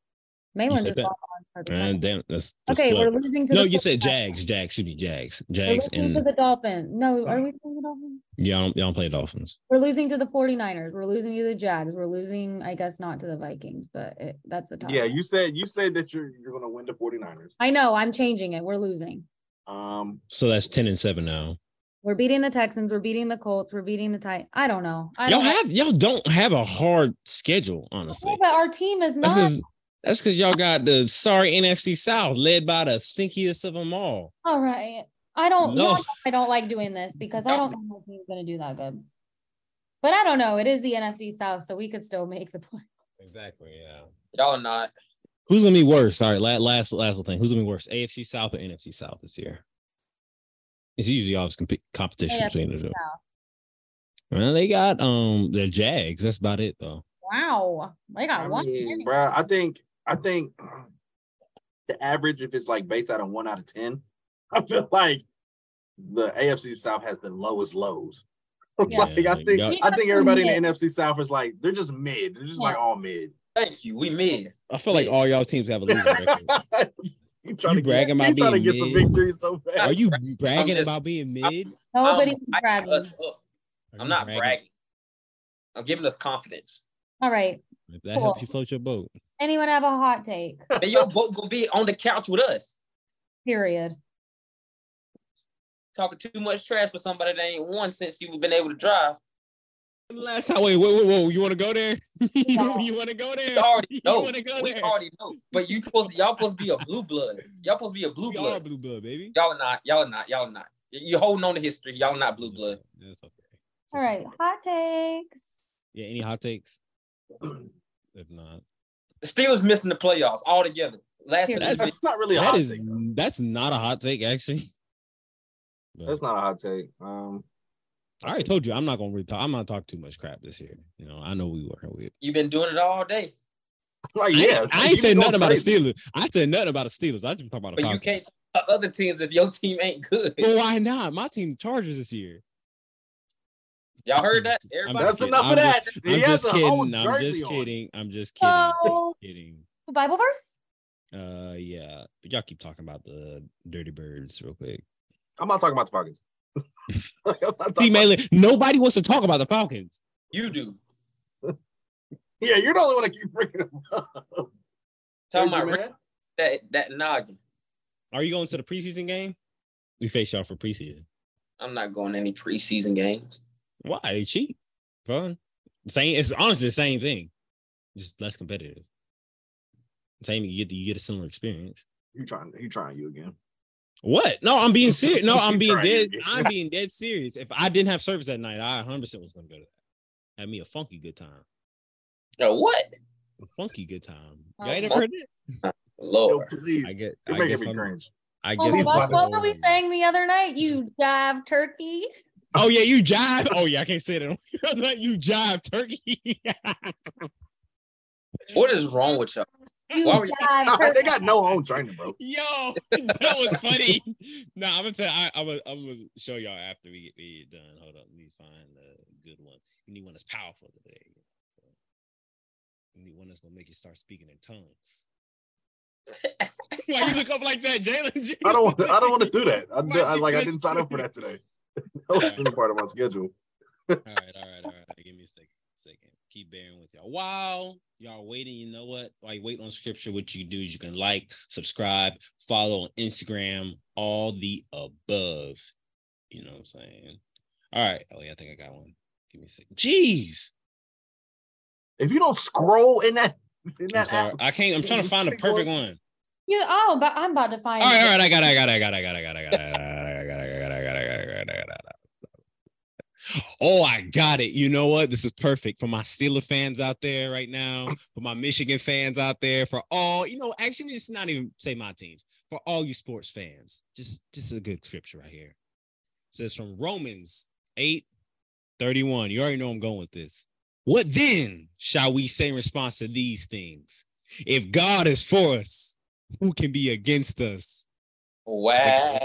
Speaker 1: Malin
Speaker 4: said
Speaker 1: just
Speaker 4: that.
Speaker 1: logged on for the
Speaker 4: And
Speaker 1: second.
Speaker 4: damn, that's, that's
Speaker 1: Okay, we're
Speaker 4: slow.
Speaker 1: losing to
Speaker 4: No,
Speaker 1: the
Speaker 4: you said
Speaker 1: Dolphins.
Speaker 4: Jags. Jags, excuse me, Jags.
Speaker 1: We're
Speaker 4: Jags
Speaker 1: losing to
Speaker 4: and
Speaker 1: the Dolphins. No, are we playing the Dolphins?
Speaker 4: y'all don't, y'all don't play Dolphins.
Speaker 1: We're losing to the 49ers. We're losing to the Jags. We're losing, I guess, not to the Vikings, but it, that's a tough.
Speaker 3: Yeah, you said you said that you're you're gonna win the 49ers.
Speaker 1: I know. I'm changing it. We're losing.
Speaker 3: Um
Speaker 4: So that's 10 and 7 now.
Speaker 1: We're beating the Texans. We're beating the Colts. We're beating the Titans. I don't know. I
Speaker 4: Y'all
Speaker 1: don't know.
Speaker 4: have y'all don't have a hard schedule, honestly.
Speaker 1: No, but our team is
Speaker 4: That's
Speaker 1: not
Speaker 4: because that's because y'all got the sorry NFC South led by the stinkiest of them all.
Speaker 1: all right. I don't.
Speaker 4: No.
Speaker 1: y'all know I don't like doing this because I don't know if he's gonna do that good. But I don't know. It is the NFC South, so we could still make the play.
Speaker 4: Exactly. Yeah.
Speaker 6: Y'all not.
Speaker 4: Who's gonna be worse? All right, last last last little thing. Who's gonna be worse? AFC South or NFC South this year? It's usually always comp- competition
Speaker 1: AFC
Speaker 4: between the two. Well, they got um the Jags. That's about it though.
Speaker 1: Wow, they got
Speaker 3: I
Speaker 1: one.
Speaker 3: mean,
Speaker 1: penny.
Speaker 3: bruh, I think I think the average, if it's like based out of one out of ten, I feel like the AFC South has the lowest lows. like
Speaker 4: Yeah,
Speaker 3: I think
Speaker 4: y'all-
Speaker 3: I think everybody in the NFC South is like they're just mid. They're just like
Speaker 1: Yeah.
Speaker 3: all mid.
Speaker 6: Thank you. We mid.
Speaker 4: I feel like all y'all teams have a losing record.
Speaker 3: you trying to
Speaker 4: bragging
Speaker 3: get,
Speaker 4: about
Speaker 3: you trying to
Speaker 4: being
Speaker 3: get some
Speaker 4: mid?
Speaker 3: victories so
Speaker 4: Are
Speaker 3: bad.
Speaker 4: you bragging
Speaker 6: just-
Speaker 4: about being mid? Are
Speaker 1: Nobody
Speaker 6: Um,
Speaker 1: Oh, was
Speaker 6: I got
Speaker 1: bragging.
Speaker 6: us up.
Speaker 4: you
Speaker 6: I'm not bragging.
Speaker 4: bragging?
Speaker 6: I'm giving us confidence.
Speaker 1: All right.
Speaker 4: If that helps you float your boat.
Speaker 1: Anyone have a hot take?
Speaker 6: And your boat gonna be on the couch with us.
Speaker 1: Period.
Speaker 6: Talking too much trash for somebody that ain't won since you've been able to drive.
Speaker 4: Last time, wait, whoa, whoa, whoa! You want to go there? you
Speaker 1: No.
Speaker 4: want to go
Speaker 6: We
Speaker 4: there?
Speaker 6: already
Speaker 4: You
Speaker 6: know.
Speaker 4: want to go
Speaker 6: We
Speaker 4: there?
Speaker 6: already know. But you supposed y'all supposed to be a blue blood. Y'all supposed to be a blue
Speaker 4: We are
Speaker 6: blood.
Speaker 4: blue blood, baby.
Speaker 6: Y'all are not. Y'all are not. Y'all are not. Y- You holding on to history. Y'all not blue blood.
Speaker 4: That's okay. It's
Speaker 1: All
Speaker 4: okay.
Speaker 1: right, hot takes.
Speaker 4: Yeah. Any hot takes? If not,
Speaker 6: The Steelers missing the playoffs altogether. Last
Speaker 1: Here.
Speaker 6: that's,
Speaker 3: That's not really a
Speaker 4: that
Speaker 3: hot
Speaker 4: is
Speaker 3: take. though.
Speaker 4: that's not a hot take actually. But
Speaker 3: That's not a hot take. Um,
Speaker 4: I already told you I'm not gonna really talk. I'm not talking too much crap this year. You know, I know we working with.
Speaker 6: you've been doing it all day,
Speaker 3: like
Speaker 4: I ain't-
Speaker 3: yeah,
Speaker 4: I
Speaker 3: you
Speaker 4: ain't said
Speaker 3: can go
Speaker 4: nothing about the
Speaker 3: crazy.
Speaker 4: Steelers. I said nothing about the Steelers. I just talk about the
Speaker 6: but you
Speaker 4: Falcons.
Speaker 6: can't talk about other teams if your team ain't good.
Speaker 4: Well, why not? My team, the Chargers, this year.
Speaker 6: Y'all heard that? Everybody,
Speaker 3: That's
Speaker 4: just kidding.
Speaker 3: enough
Speaker 4: I'm
Speaker 3: of that.
Speaker 4: just-
Speaker 3: he
Speaker 4: I'm
Speaker 3: has
Speaker 4: just
Speaker 3: a whole
Speaker 4: kidding. I'm
Speaker 3: jersey
Speaker 4: just
Speaker 3: on.
Speaker 4: kidding. I'm just kidding.
Speaker 1: So,
Speaker 4: kidding.
Speaker 1: Bible verse.
Speaker 4: Uh, yeah. But y'all keep talking about the Dirty Birds real quick.
Speaker 3: I'm not talking about the Falcons. Like, I'm not
Speaker 4: See,
Speaker 3: talking about-
Speaker 4: mainly nobody wants to talk about the Falcons.
Speaker 6: you do.
Speaker 3: Yeah, you're the only one that keep bringing him up.
Speaker 6: Talking
Speaker 3: Are you
Speaker 6: about
Speaker 3: mad?
Speaker 6: that that noggin.
Speaker 4: Are you going to the preseason game? We face y'all for preseason.
Speaker 6: I'm not going to any preseason games.
Speaker 4: Why? They cheap, fun. Same. It's honestly the same thing, just less competitive. Same. You get you get a similar experience.
Speaker 3: You trying? He trying you again?
Speaker 4: What? No, I'm being serious. No,
Speaker 3: You
Speaker 4: I'm being
Speaker 3: trying
Speaker 4: dead.
Speaker 3: your best.
Speaker 4: I'm being dead serious. If I didn't have service that night, I 100 percent was gonna go to that. Had me a funky good time.
Speaker 6: No, what?
Speaker 4: A funky good time.
Speaker 1: Oh,
Speaker 4: Y'all ain't
Speaker 6: fuck.
Speaker 4: ever heard that?
Speaker 3: Yo,
Speaker 6: Lord.
Speaker 3: please.
Speaker 4: Oh, I get.
Speaker 3: You're
Speaker 4: I guess.
Speaker 3: making me
Speaker 4: I'm-
Speaker 3: cringe.
Speaker 4: I
Speaker 1: Oh
Speaker 4: guess.
Speaker 1: my
Speaker 3: it's
Speaker 1: gosh,
Speaker 3: fine.
Speaker 1: what were we saying the other night? You jive turkey.
Speaker 4: Oh yeah, you jive. Oh yeah, I can't say that. I'm like, you jive turkey.
Speaker 6: What is wrong with y'all?
Speaker 1: You
Speaker 6: Why were you-
Speaker 1: jive
Speaker 3: they
Speaker 1: turkey.
Speaker 3: got no home training, bro.
Speaker 4: Yo, that was funny. no, I'm gonna tell. I, I'm gonna. I'm gonna show y'all after we get, we get done. Hold up, let me find a good one. You need one that's powerful today. You need one that's gonna make you start speaking in tongues. Why you look up like that, Jalen?
Speaker 3: I don't. wanna- I don't want to do that. I,
Speaker 4: Why'd
Speaker 3: did- I
Speaker 4: you
Speaker 3: like. I
Speaker 4: do-
Speaker 3: didn't sign up for that today. That was in part of my schedule.
Speaker 4: All right, all right, all right. Give me a second. Second, keep bearing with y'all. While y'all waiting, you know what? While you wait on scripture, what you can do is you can like, subscribe, follow on Instagram, all the above. You know what I'm saying? All right. Oh, yeah, I think I got one. Give me a second. Jeez.
Speaker 3: If you don't scroll in that, in
Speaker 4: I'm
Speaker 3: that
Speaker 4: sorry.
Speaker 3: app,
Speaker 4: I can't. I'm trying to find the perfect one.
Speaker 1: You oh, but I'm about to find
Speaker 4: All right,
Speaker 1: it.
Speaker 4: all right. I got it. I got it. I got it. I got it. I got it. I got it. I got it. I got it. I got it. I got it. I got it. I got it. I got it. Oh, I got it. You know what? This is perfect for my Steeler fans out there right now, for my Michigan fans out there, for all you know. Actually, it's not even say my teams. For all you sports fans, just just a good scripture right here. It says from Romans eight thirty one. You already know I'm going with this. What then shall we say in response to these things? If God is for us, who can be against us?
Speaker 3: Eh.
Speaker 6: Wow.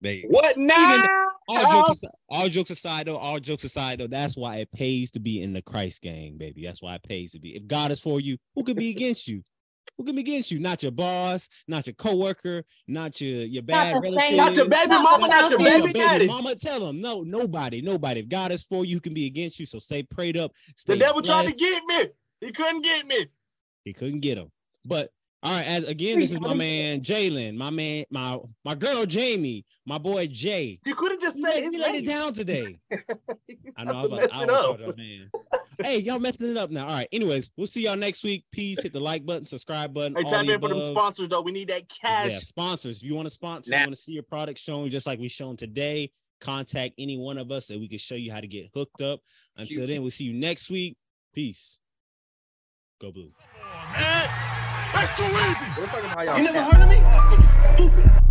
Speaker 4: There you go.
Speaker 3: what now?
Speaker 4: All jokes, aside, all jokes aside, though, all jokes aside, though, that's why it pays to be in the Christ gang, baby. That's why it pays to be. If God is for you, who could be against you? Who can be against you? Not your boss, not your coworker, not your your bad
Speaker 1: the
Speaker 4: relative,
Speaker 1: same-
Speaker 3: Not your baby mama, not your
Speaker 1: Not your
Speaker 3: baby daddy.
Speaker 4: Mama, tell him no, nobody, nobody. If God is for you, who can be against you? So stay prayed up. Stay
Speaker 3: The devil tried to
Speaker 4: blessed.
Speaker 3: get me. He couldn't get me.
Speaker 4: He couldn't get him. But all right, as again, this is my man Jalen, my man, my my girl Jamie, my boy Jay.
Speaker 3: You could have just
Speaker 4: You
Speaker 3: said
Speaker 4: laid,
Speaker 3: his
Speaker 4: you laid
Speaker 3: name.
Speaker 4: it down today. I know. I
Speaker 3: to
Speaker 4: was
Speaker 3: mess
Speaker 4: about, I
Speaker 3: it up.
Speaker 4: always thought y'all- man. hey, y'all messing it up now. All right. Anyways, we'll see y'all next week. Please hit the like button, subscribe button.
Speaker 3: Hey,
Speaker 4: all
Speaker 3: tap
Speaker 4: the
Speaker 3: in for them
Speaker 4: above.
Speaker 3: sponsors though. We need that
Speaker 4: Yeah,
Speaker 3: cash.
Speaker 4: sponsors. If you want to sponsor,
Speaker 6: Nah.
Speaker 4: you want to see your product shown just like we shown today, contact any one of us and we can show you how to get hooked up. Until
Speaker 6: Cute.
Speaker 4: then, we'll see you next week. Peace. Go blue.
Speaker 3: Eh,
Speaker 2: Man, that's too easy.
Speaker 3: We're talking about how y'all
Speaker 2: You never
Speaker 3: cap.
Speaker 2: heard of me? Stupid.